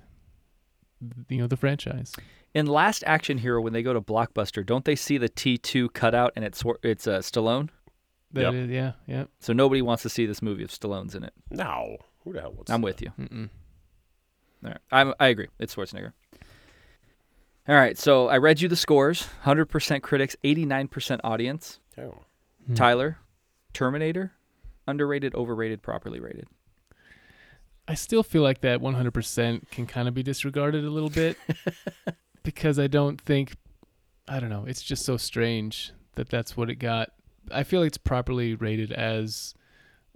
you know the franchise.
In Last Action Hero, when they go to Blockbuster, don't they see the T two cutout and it's Swar- it's uh, Stallone?
That
Yep.
is- yeah, yeah.
So nobody wants to see this movie if Stallone's in it.
No, who the hell wants?
I'm
that?
with you.
Mm-mm.
All right. I'm, I agree. It's Schwarzenegger. All right. So I read you the scores 100% critics, 89% audience.
Oh.
Tyler, Terminator, underrated, overrated, properly rated.
I still feel like that 100% can kind of be disregarded a little bit because I don't think I don't know, it's just so strange that that's what it got. I feel like it's properly rated as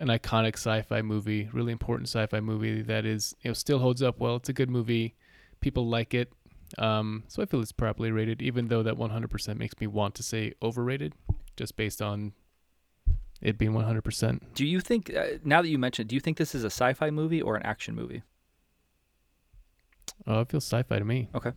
an iconic sci-fi movie, really important sci-fi movie that is, you know, still holds up well. It's a good movie. People like it. Um, so I feel it's properly rated even though that 100% makes me want to say overrated just based on it being 100%.
Do you think, uh, now that you mentioned, do you think this is a sci fi movie or an action movie?
Oh, it feels sci-fi to me.
Okay.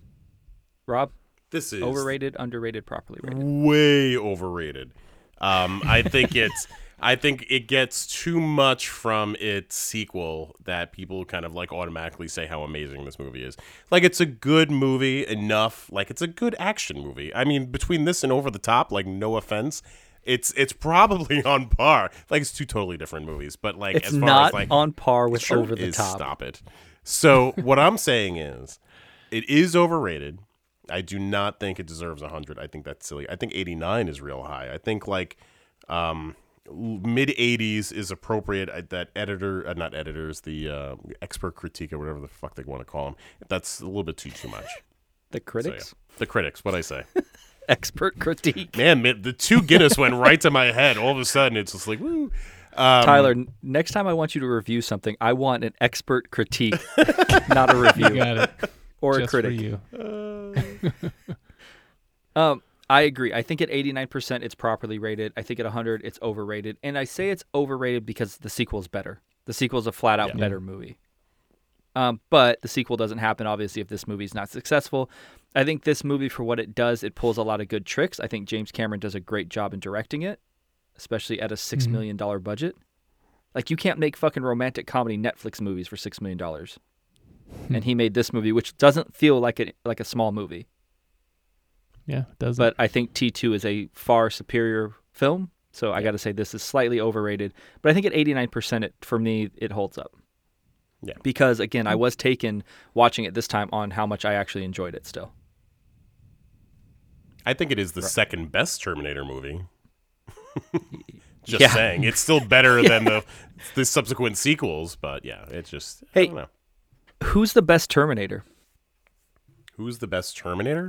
Rob,
This is
overrated, underrated, properly rated.
way overrated. Um, I think it's. I think it gets too much from its sequel that people kind of like automatically say how amazing this movie is. Like it's a good movie enough. Like it's a good action movie. I mean, between this and Over the Top, like no offense, it's it's probably on par. Like it's two totally different movies, but like
It's
as far
not
as like
on par
It
with
sure
Over the
is.
Top.
Stop it. So what I'm saying is, it is overrated. I do not think it deserves 100. I think that's silly. I think 89 is real high. I think like, um, mid 80s is appropriate I- that editor uh, not editors the uh, expert critique or whatever the fuck they want to call them that's a little bit too too much
The
So, yeah.
critics,
the critics what i say
expert critique.
man mi- the two guinness went right to my head all of a sudden it's just like woo um,
Tyler, n- next time I want you to review something, I want an expert critique, not a
You
review
got it.
or a
just
critic.
for you.
Um, I agree. I think at 89% it's properly rated. I think at 100 it's overrated. And I say it's overrated because the sequel's better. The sequel's a flat out better movie. Um, but the sequel doesn't happen obviously if this movie's not successful. I think this movie for what it does, it pulls a lot of good tricks. I think James Cameron does a great job in directing it, especially at a six million dollar budget. Like you can't make fucking romantic comedy Netflix movies for 6 million dollars. and he made this movie which doesn't feel like a like a small movie
Yeah, it does.
but I think T2 is a far superior film. So I got to say this is slightly overrated, but I think at 89% it for me it holds up.
Yeah.
Because again, I was taken watching it this time on how much I actually enjoyed it still.
i think it is the second best terminator movie just
Yeah.
saying it's still better than the the subsequent sequels but yeah it's just I
Hey.
don't know.
Who's the best Terminator?
who's the best terminator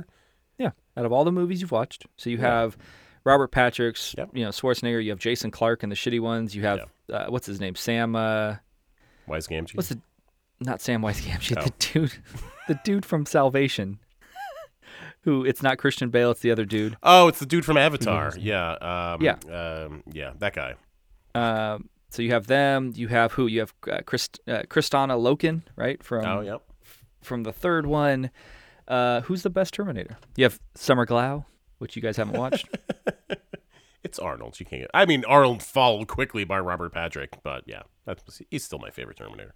Yeah. Out of all the movies you've watched. So you have Robert Patrick's,
Yep.
you know, Schwarzenegger, you have Jason Clark and the shitty ones, you have uh, what's his name? Sam uh
wise game
What's the not Samwise Gamgee? The dude, the dude from Salvation, who it's not Christian Bale, it's the other dude.
Oh, it's the dude from Avatar. Yeah. Um,
Mm-hmm. Yeah.
Um, yeah, that guy.
Um, so you have them. You have who? You have uh, Christ, uh, Kristana Loken, right? From
oh, yep.
from the third one. Uh, who's the best Terminator? You have Summer Glau, which you guys haven't watched.
It's Arnold. You can't get. I mean, Arnold followed quickly by Robert Patrick, but yeah, that's he's still my favorite Terminator.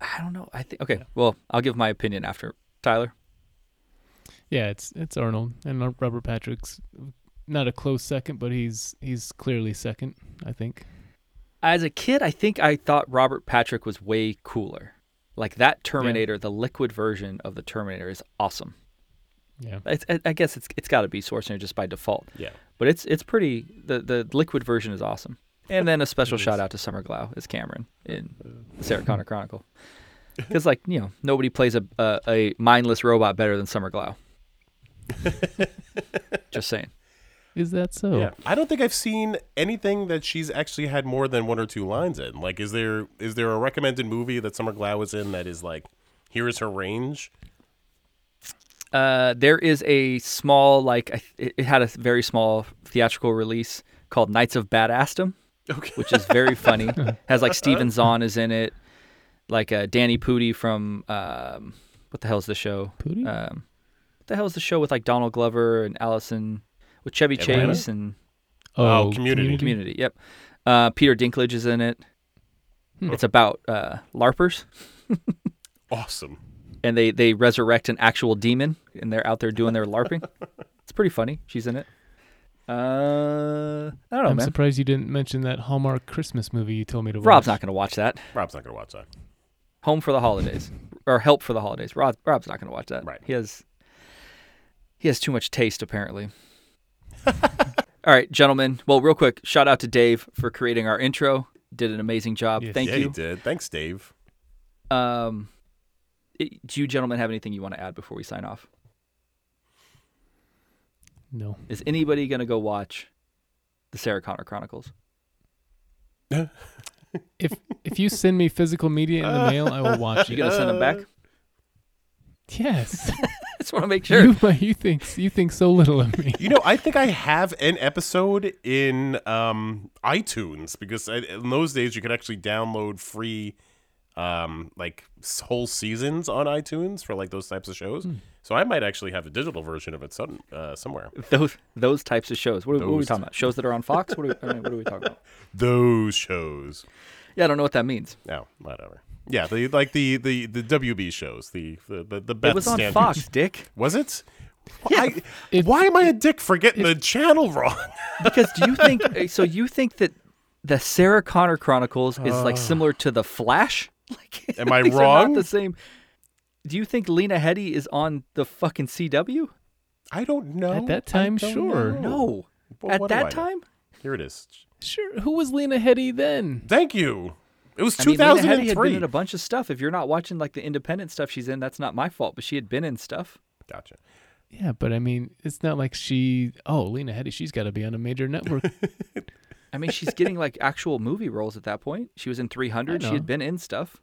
I don't know. I think okay. Well, I'll give my opinion after Tyler.
Yeah, it's it's Arnold and Ro- Robert Patrick's not a close second, but he's he's clearly second, I think.
as a kid, I think I thought Robert Patrick was way cooler. Like that Terminator, the liquid version of the Terminator is awesome.
Yeah.
It's, I, I guess it's it's got to be Schwarzenegger just by default.
Yeah.
But it's it's pretty. The the liquid version is awesome. And then a special shout out to Summer Glau as Cameron in the Sarah Connor Chronicle, because like you know nobody plays a, a a mindless robot better than Summer Glau. just saying.
Is that so?
Yeah. I don't think I've seen anything that she's actually had more than one or two lines in. Like, is there is there a recommended movie that Summer Glau is in that is like, here is her range?
Uh, there is a small like I th- it it had a very small theatrical release called Knights of Badassdom, which is very funny. Has like Steven Zahn is in it, like uh, Danny Pudi from um, what the hell is the show?
Pudi?
Um, what the hell is the show with like Donald Glover and Allison with Chevy
Atlanta?
Chase and
Oh, Community.
Community? Yep. Uh, Peter Dinklage is in it. It's about uh, larpers,
Awesome.
and they they resurrect an actual demon, and they're out there doing their larping. it's pretty funny. She's in it. Uh, I don't know,
I'm
man.
surprised you didn't mention that Hallmark Christmas movie you told me to watch.
Rob's not going to watch that.
Rob's not gonna watch that.
Home for the holidays, or help for the holidays. Rob, Rob's not going to watch that.
Right.
He has he has too much taste, apparently. All right, gentlemen. Well, real quick, shout out to Dave for creating our intro. Did an amazing job.
Yes.
Thank
yeah, he
you.
did. Thanks, Dave.
Um, it- do you gentlemen have anything you want to add before we sign off?
No.
Is anybody going to go watch the Sarah Connor Chronicles?
If if you send me physical media in the mail, I will watch
You
it.
going to send them back?
Yes.
just want to make sure.
you, you think you think so little of me.
You know, I think I have an episode in um, iTunes because I, in those days you could actually download free, um, like s- whole seasons on iTunes for like those types of shows. So I might actually have a digital version of it some, uh, somewhere.
Those those types of shows. What are, what are we
Those
talking about? Shows that are on Fox? What are we, I mean, what are we talking about?
Those shows.
Yeah, I don't know what that means.
No, whatever. Yeah, the like the the the WB shows. The the the, the Beth
it was on
Standards.
Fox, Dick.
Was it? I-
If-
why am I a dick for getting the channel wrong?
Because do you think so? You think that the Sarah Connor Chronicles is like similar to the Flash? Like,
Uh. Am I
these are
wrong?
not the same. Do you think Lena Headey is on the fucking CW?
I don't know.
At that
I
time,
don't
sure.
know.
No.
Well,
At
what do
that
I know?
time,
Here it is.
Sure. Who was Lena Headey then?
Thank you. It was
I mean, Lena Headey had
2003.
been in a bunch of stuff. If you're not watching like the independent stuff she's in, that's not my fault. But she had been in stuff.
gotcha.
Yeah, but I mean, it's not like she. Oh, Lena Headey, she's got to be on a major network.
I mean, she's getting like actual movie roles at that point. She was in 300. She
know.
had been in stuff.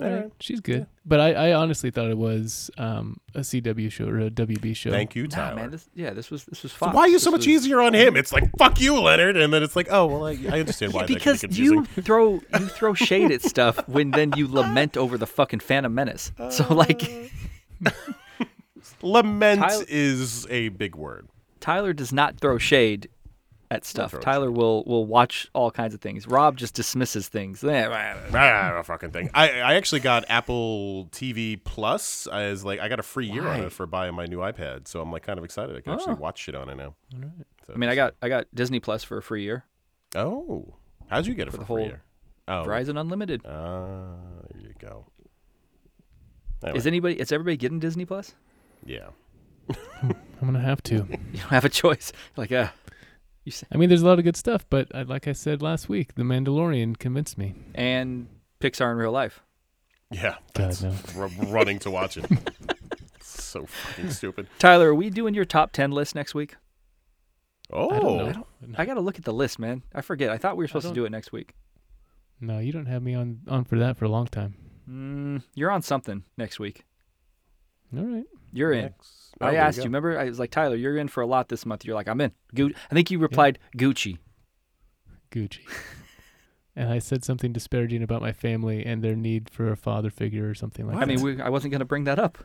All right, she's good. But I, I honestly thought it was um, a CW show or a WB show.
Thank you,
Nah,
Tyler.
man. This, yeah, this was this was
So
Fox.
why are you
This
so much
was-
easier on him? It's like fuck you, Leonard, and then it's like, oh well, I, I understand why
Yeah,
that could be
because you
confusing.
throw you throw shade at stuff when then you lament over the fucking Phantom Menace.
Uh.
So like
lament
Tyler-
is a big word.
Tyler does not throw shade at stuff. Tyler will will watch all kinds of things. Rob just dismisses things. Eh,
I don't know fucking thing. I, I actually got Apple TV Plus as like I got a free year on
Why?
it for buying my new iPad, so I'm like kind of excited. I can actually watch shit on it now.
I mean, I got I got Disney Plus for a free year.
Oh, how'd you get it for,
the
free?
whole
year? Oh,
Verizon Unlimited.
ah, there you go.
Is anybody? Is everybody getting Disney Plus?
Yeah.
I'm gonna have to.
You don't have a choice. Like, uh, you say,
I mean, there's a lot of good stuff, but I, like I said last week, The Mandalorian convinced me.
and Pixar in real life.
Yeah,
God
that's
no.
r- running to watch it. so fucking stupid.
Tyler, are we doing your top ten list next week?
Oh,
I don't know.
I got to look at the list, man. I forget. I thought we were supposed to
don't-
do it next week.
No, you don't have me on on for that for a long time.
Mm, you're on something next week.
All right.
You're in.
Next- oh,
I
there
asked you,
go.
Remember, I was like, Tyler, you're in for a lot this month. You're like, I'm in. Gu- I think you replied Gucci.
Gucci. and I said something disparaging about my family and their need for a father figure or something like
I
that.
mean, we, I wasn't gonna bring that up.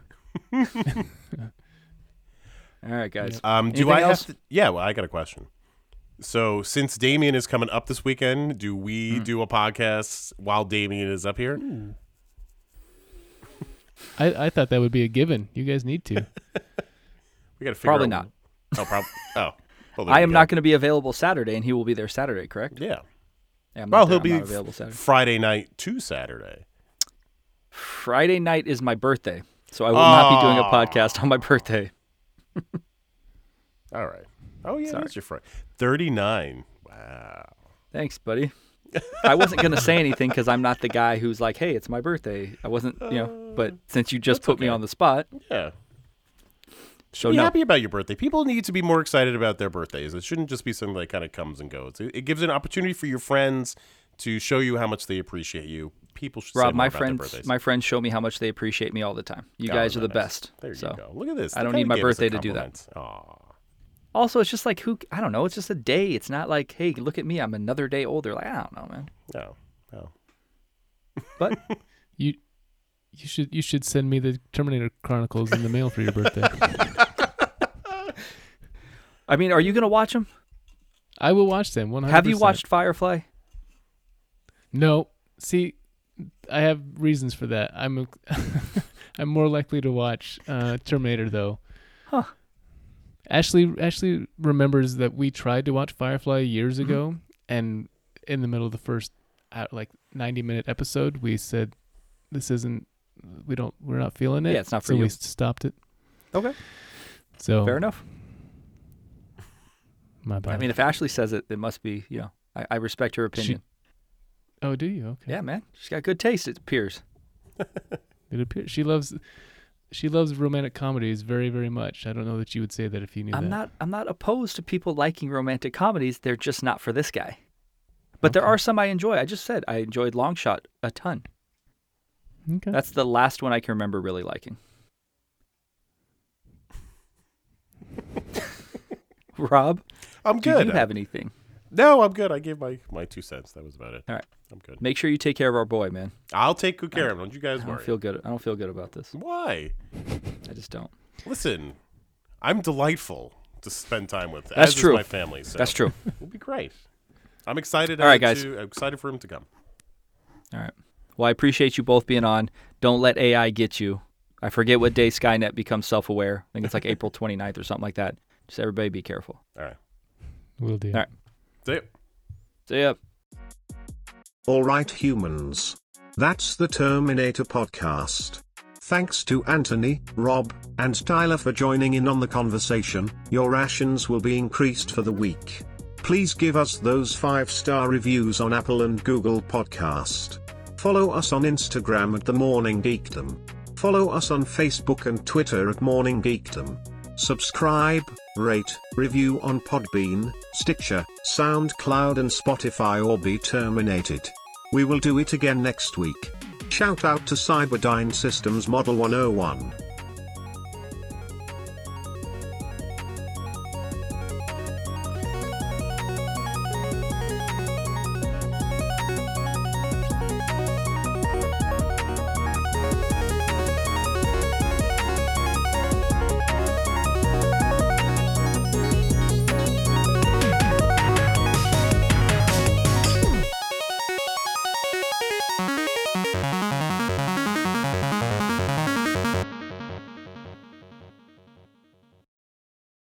All right, guys.
Um, do
Anything
I
else?
have to? Yeah, well, I got a question. So, since Damien is coming up this weekend, do we
Hmm.
do a podcast while Damien is up here?
I, I thought that would be a given. You guys need to.
We got to figure
Probably
out-
not.
Oh, probably. oh, well, there
I
we
am
go.
not going to be available Saturday, and he will be there Saturday, correct?
Yeah.
Yeah, I'm not
Well,
there. I'm
he'll be
not
f-
available Saturday.
Friday night to Saturday.
Friday night is my birthday, so I will not be doing a
Aw.
podcast on my birthday.
All right. Oh yeah, that's your Friday. Thirty-nine. Wow.
Thanks, buddy. I wasn't going to say anything because I'm not the guy who's like, hey, it's my birthday. I wasn't, you
Uh,
know, but since you just put me on the spot,
Yeah.
so
be
no.
happy about your birthday. People need to be more excited about their birthdays. It shouldn't just be something that kind of comes and goes. It, it gives an opportunity for your friends to show you how much they appreciate you. People should say
Rob,
more
my
about their
friends,
birthdays.
my friends show me how much they appreciate me all the time. You
Oh,
guys are the
nice.
best.
There you
so.
go. Look at this.
I
They
don't
kinda
need my
gave us a
birthday to do that.
compliment. Aw.
Also, it's just like who I don't know. It's just a day. It's not like, hey, look at me. I'm another day older. Like I don't know, man.
No. No.
But
You you should you should send me the Terminator Chronicles in the mail for your birthday.
I mean, are you gonna watch them?
I will watch them. 100%.
Have you watched Firefly?
No. See, I have reasons for that. I'm a, I'm more likely to watch uh, Terminator though.
Huh.
Ashley Ashley remembers that we tried to watch Firefly years
Mm-hmm.
ago, and in the middle of the first uh, like 90 minute episode, we said this isn't we don't we're not feeling it.
Yeah, it's not for
so
you.
we stopped it.
Okay,
So
Oh,
fair enough.
My bad.
I mean, if Ashley says it, it must be you know. I, I respect her opinion.
oh, do you? Okay.
yeah, man, she's got good taste. It appears.
It appears she loves she loves romantic comedies very very much. I don't know that you would say that if you knew
I'm
that.
not. I'm not opposed to people liking romantic comedies. They're just not for this guy. But there are some I enjoy. I just said I enjoyed Long Shot a ton.
okay.
That's the last one I can remember really liking. Rob,
I'm
do
good.
you have anything?
no, I'm good. I gave my, my two cents. That was about it.
All right.
I'm good.
Make sure you take care of our boy, man.
I'll take good care of him. Don't you guys
I don't
worry.
feel good. I don't feel good about this.
Why?
I just don't.
Listen, I'm delightful to spend time with.
That's
as is
true.
my family. So
That's true.
It'll be great. I'm excited.
All right,
uh,
guys.
To, I'm excited for him to come.
All right. Well, I appreciate you both being on. Don't let AI get you. I forget what day Skynet becomes self-aware. I think it's like April 29th or something like that. Just everybody be careful.
All right.
Will do.
All right.
See ya.
See ya.
Alright, humans. That's the Terminator podcast. Thanks to Anthony, Rob, and Tyler for joining in on the conversation. Your rations will be increased for the week. please give us those 5-star reviews on Apple and Google Podcast. Follow us on Instagram at The Morning Geekdom. Follow us on Facebook and Twitter at Morning Geekdom. Subscribe, rate, review on Podbean, Stitcher, SoundCloud and Spotify or be terminated. We will do it again next week. Shout out to Cyberdyne Systems Model 101.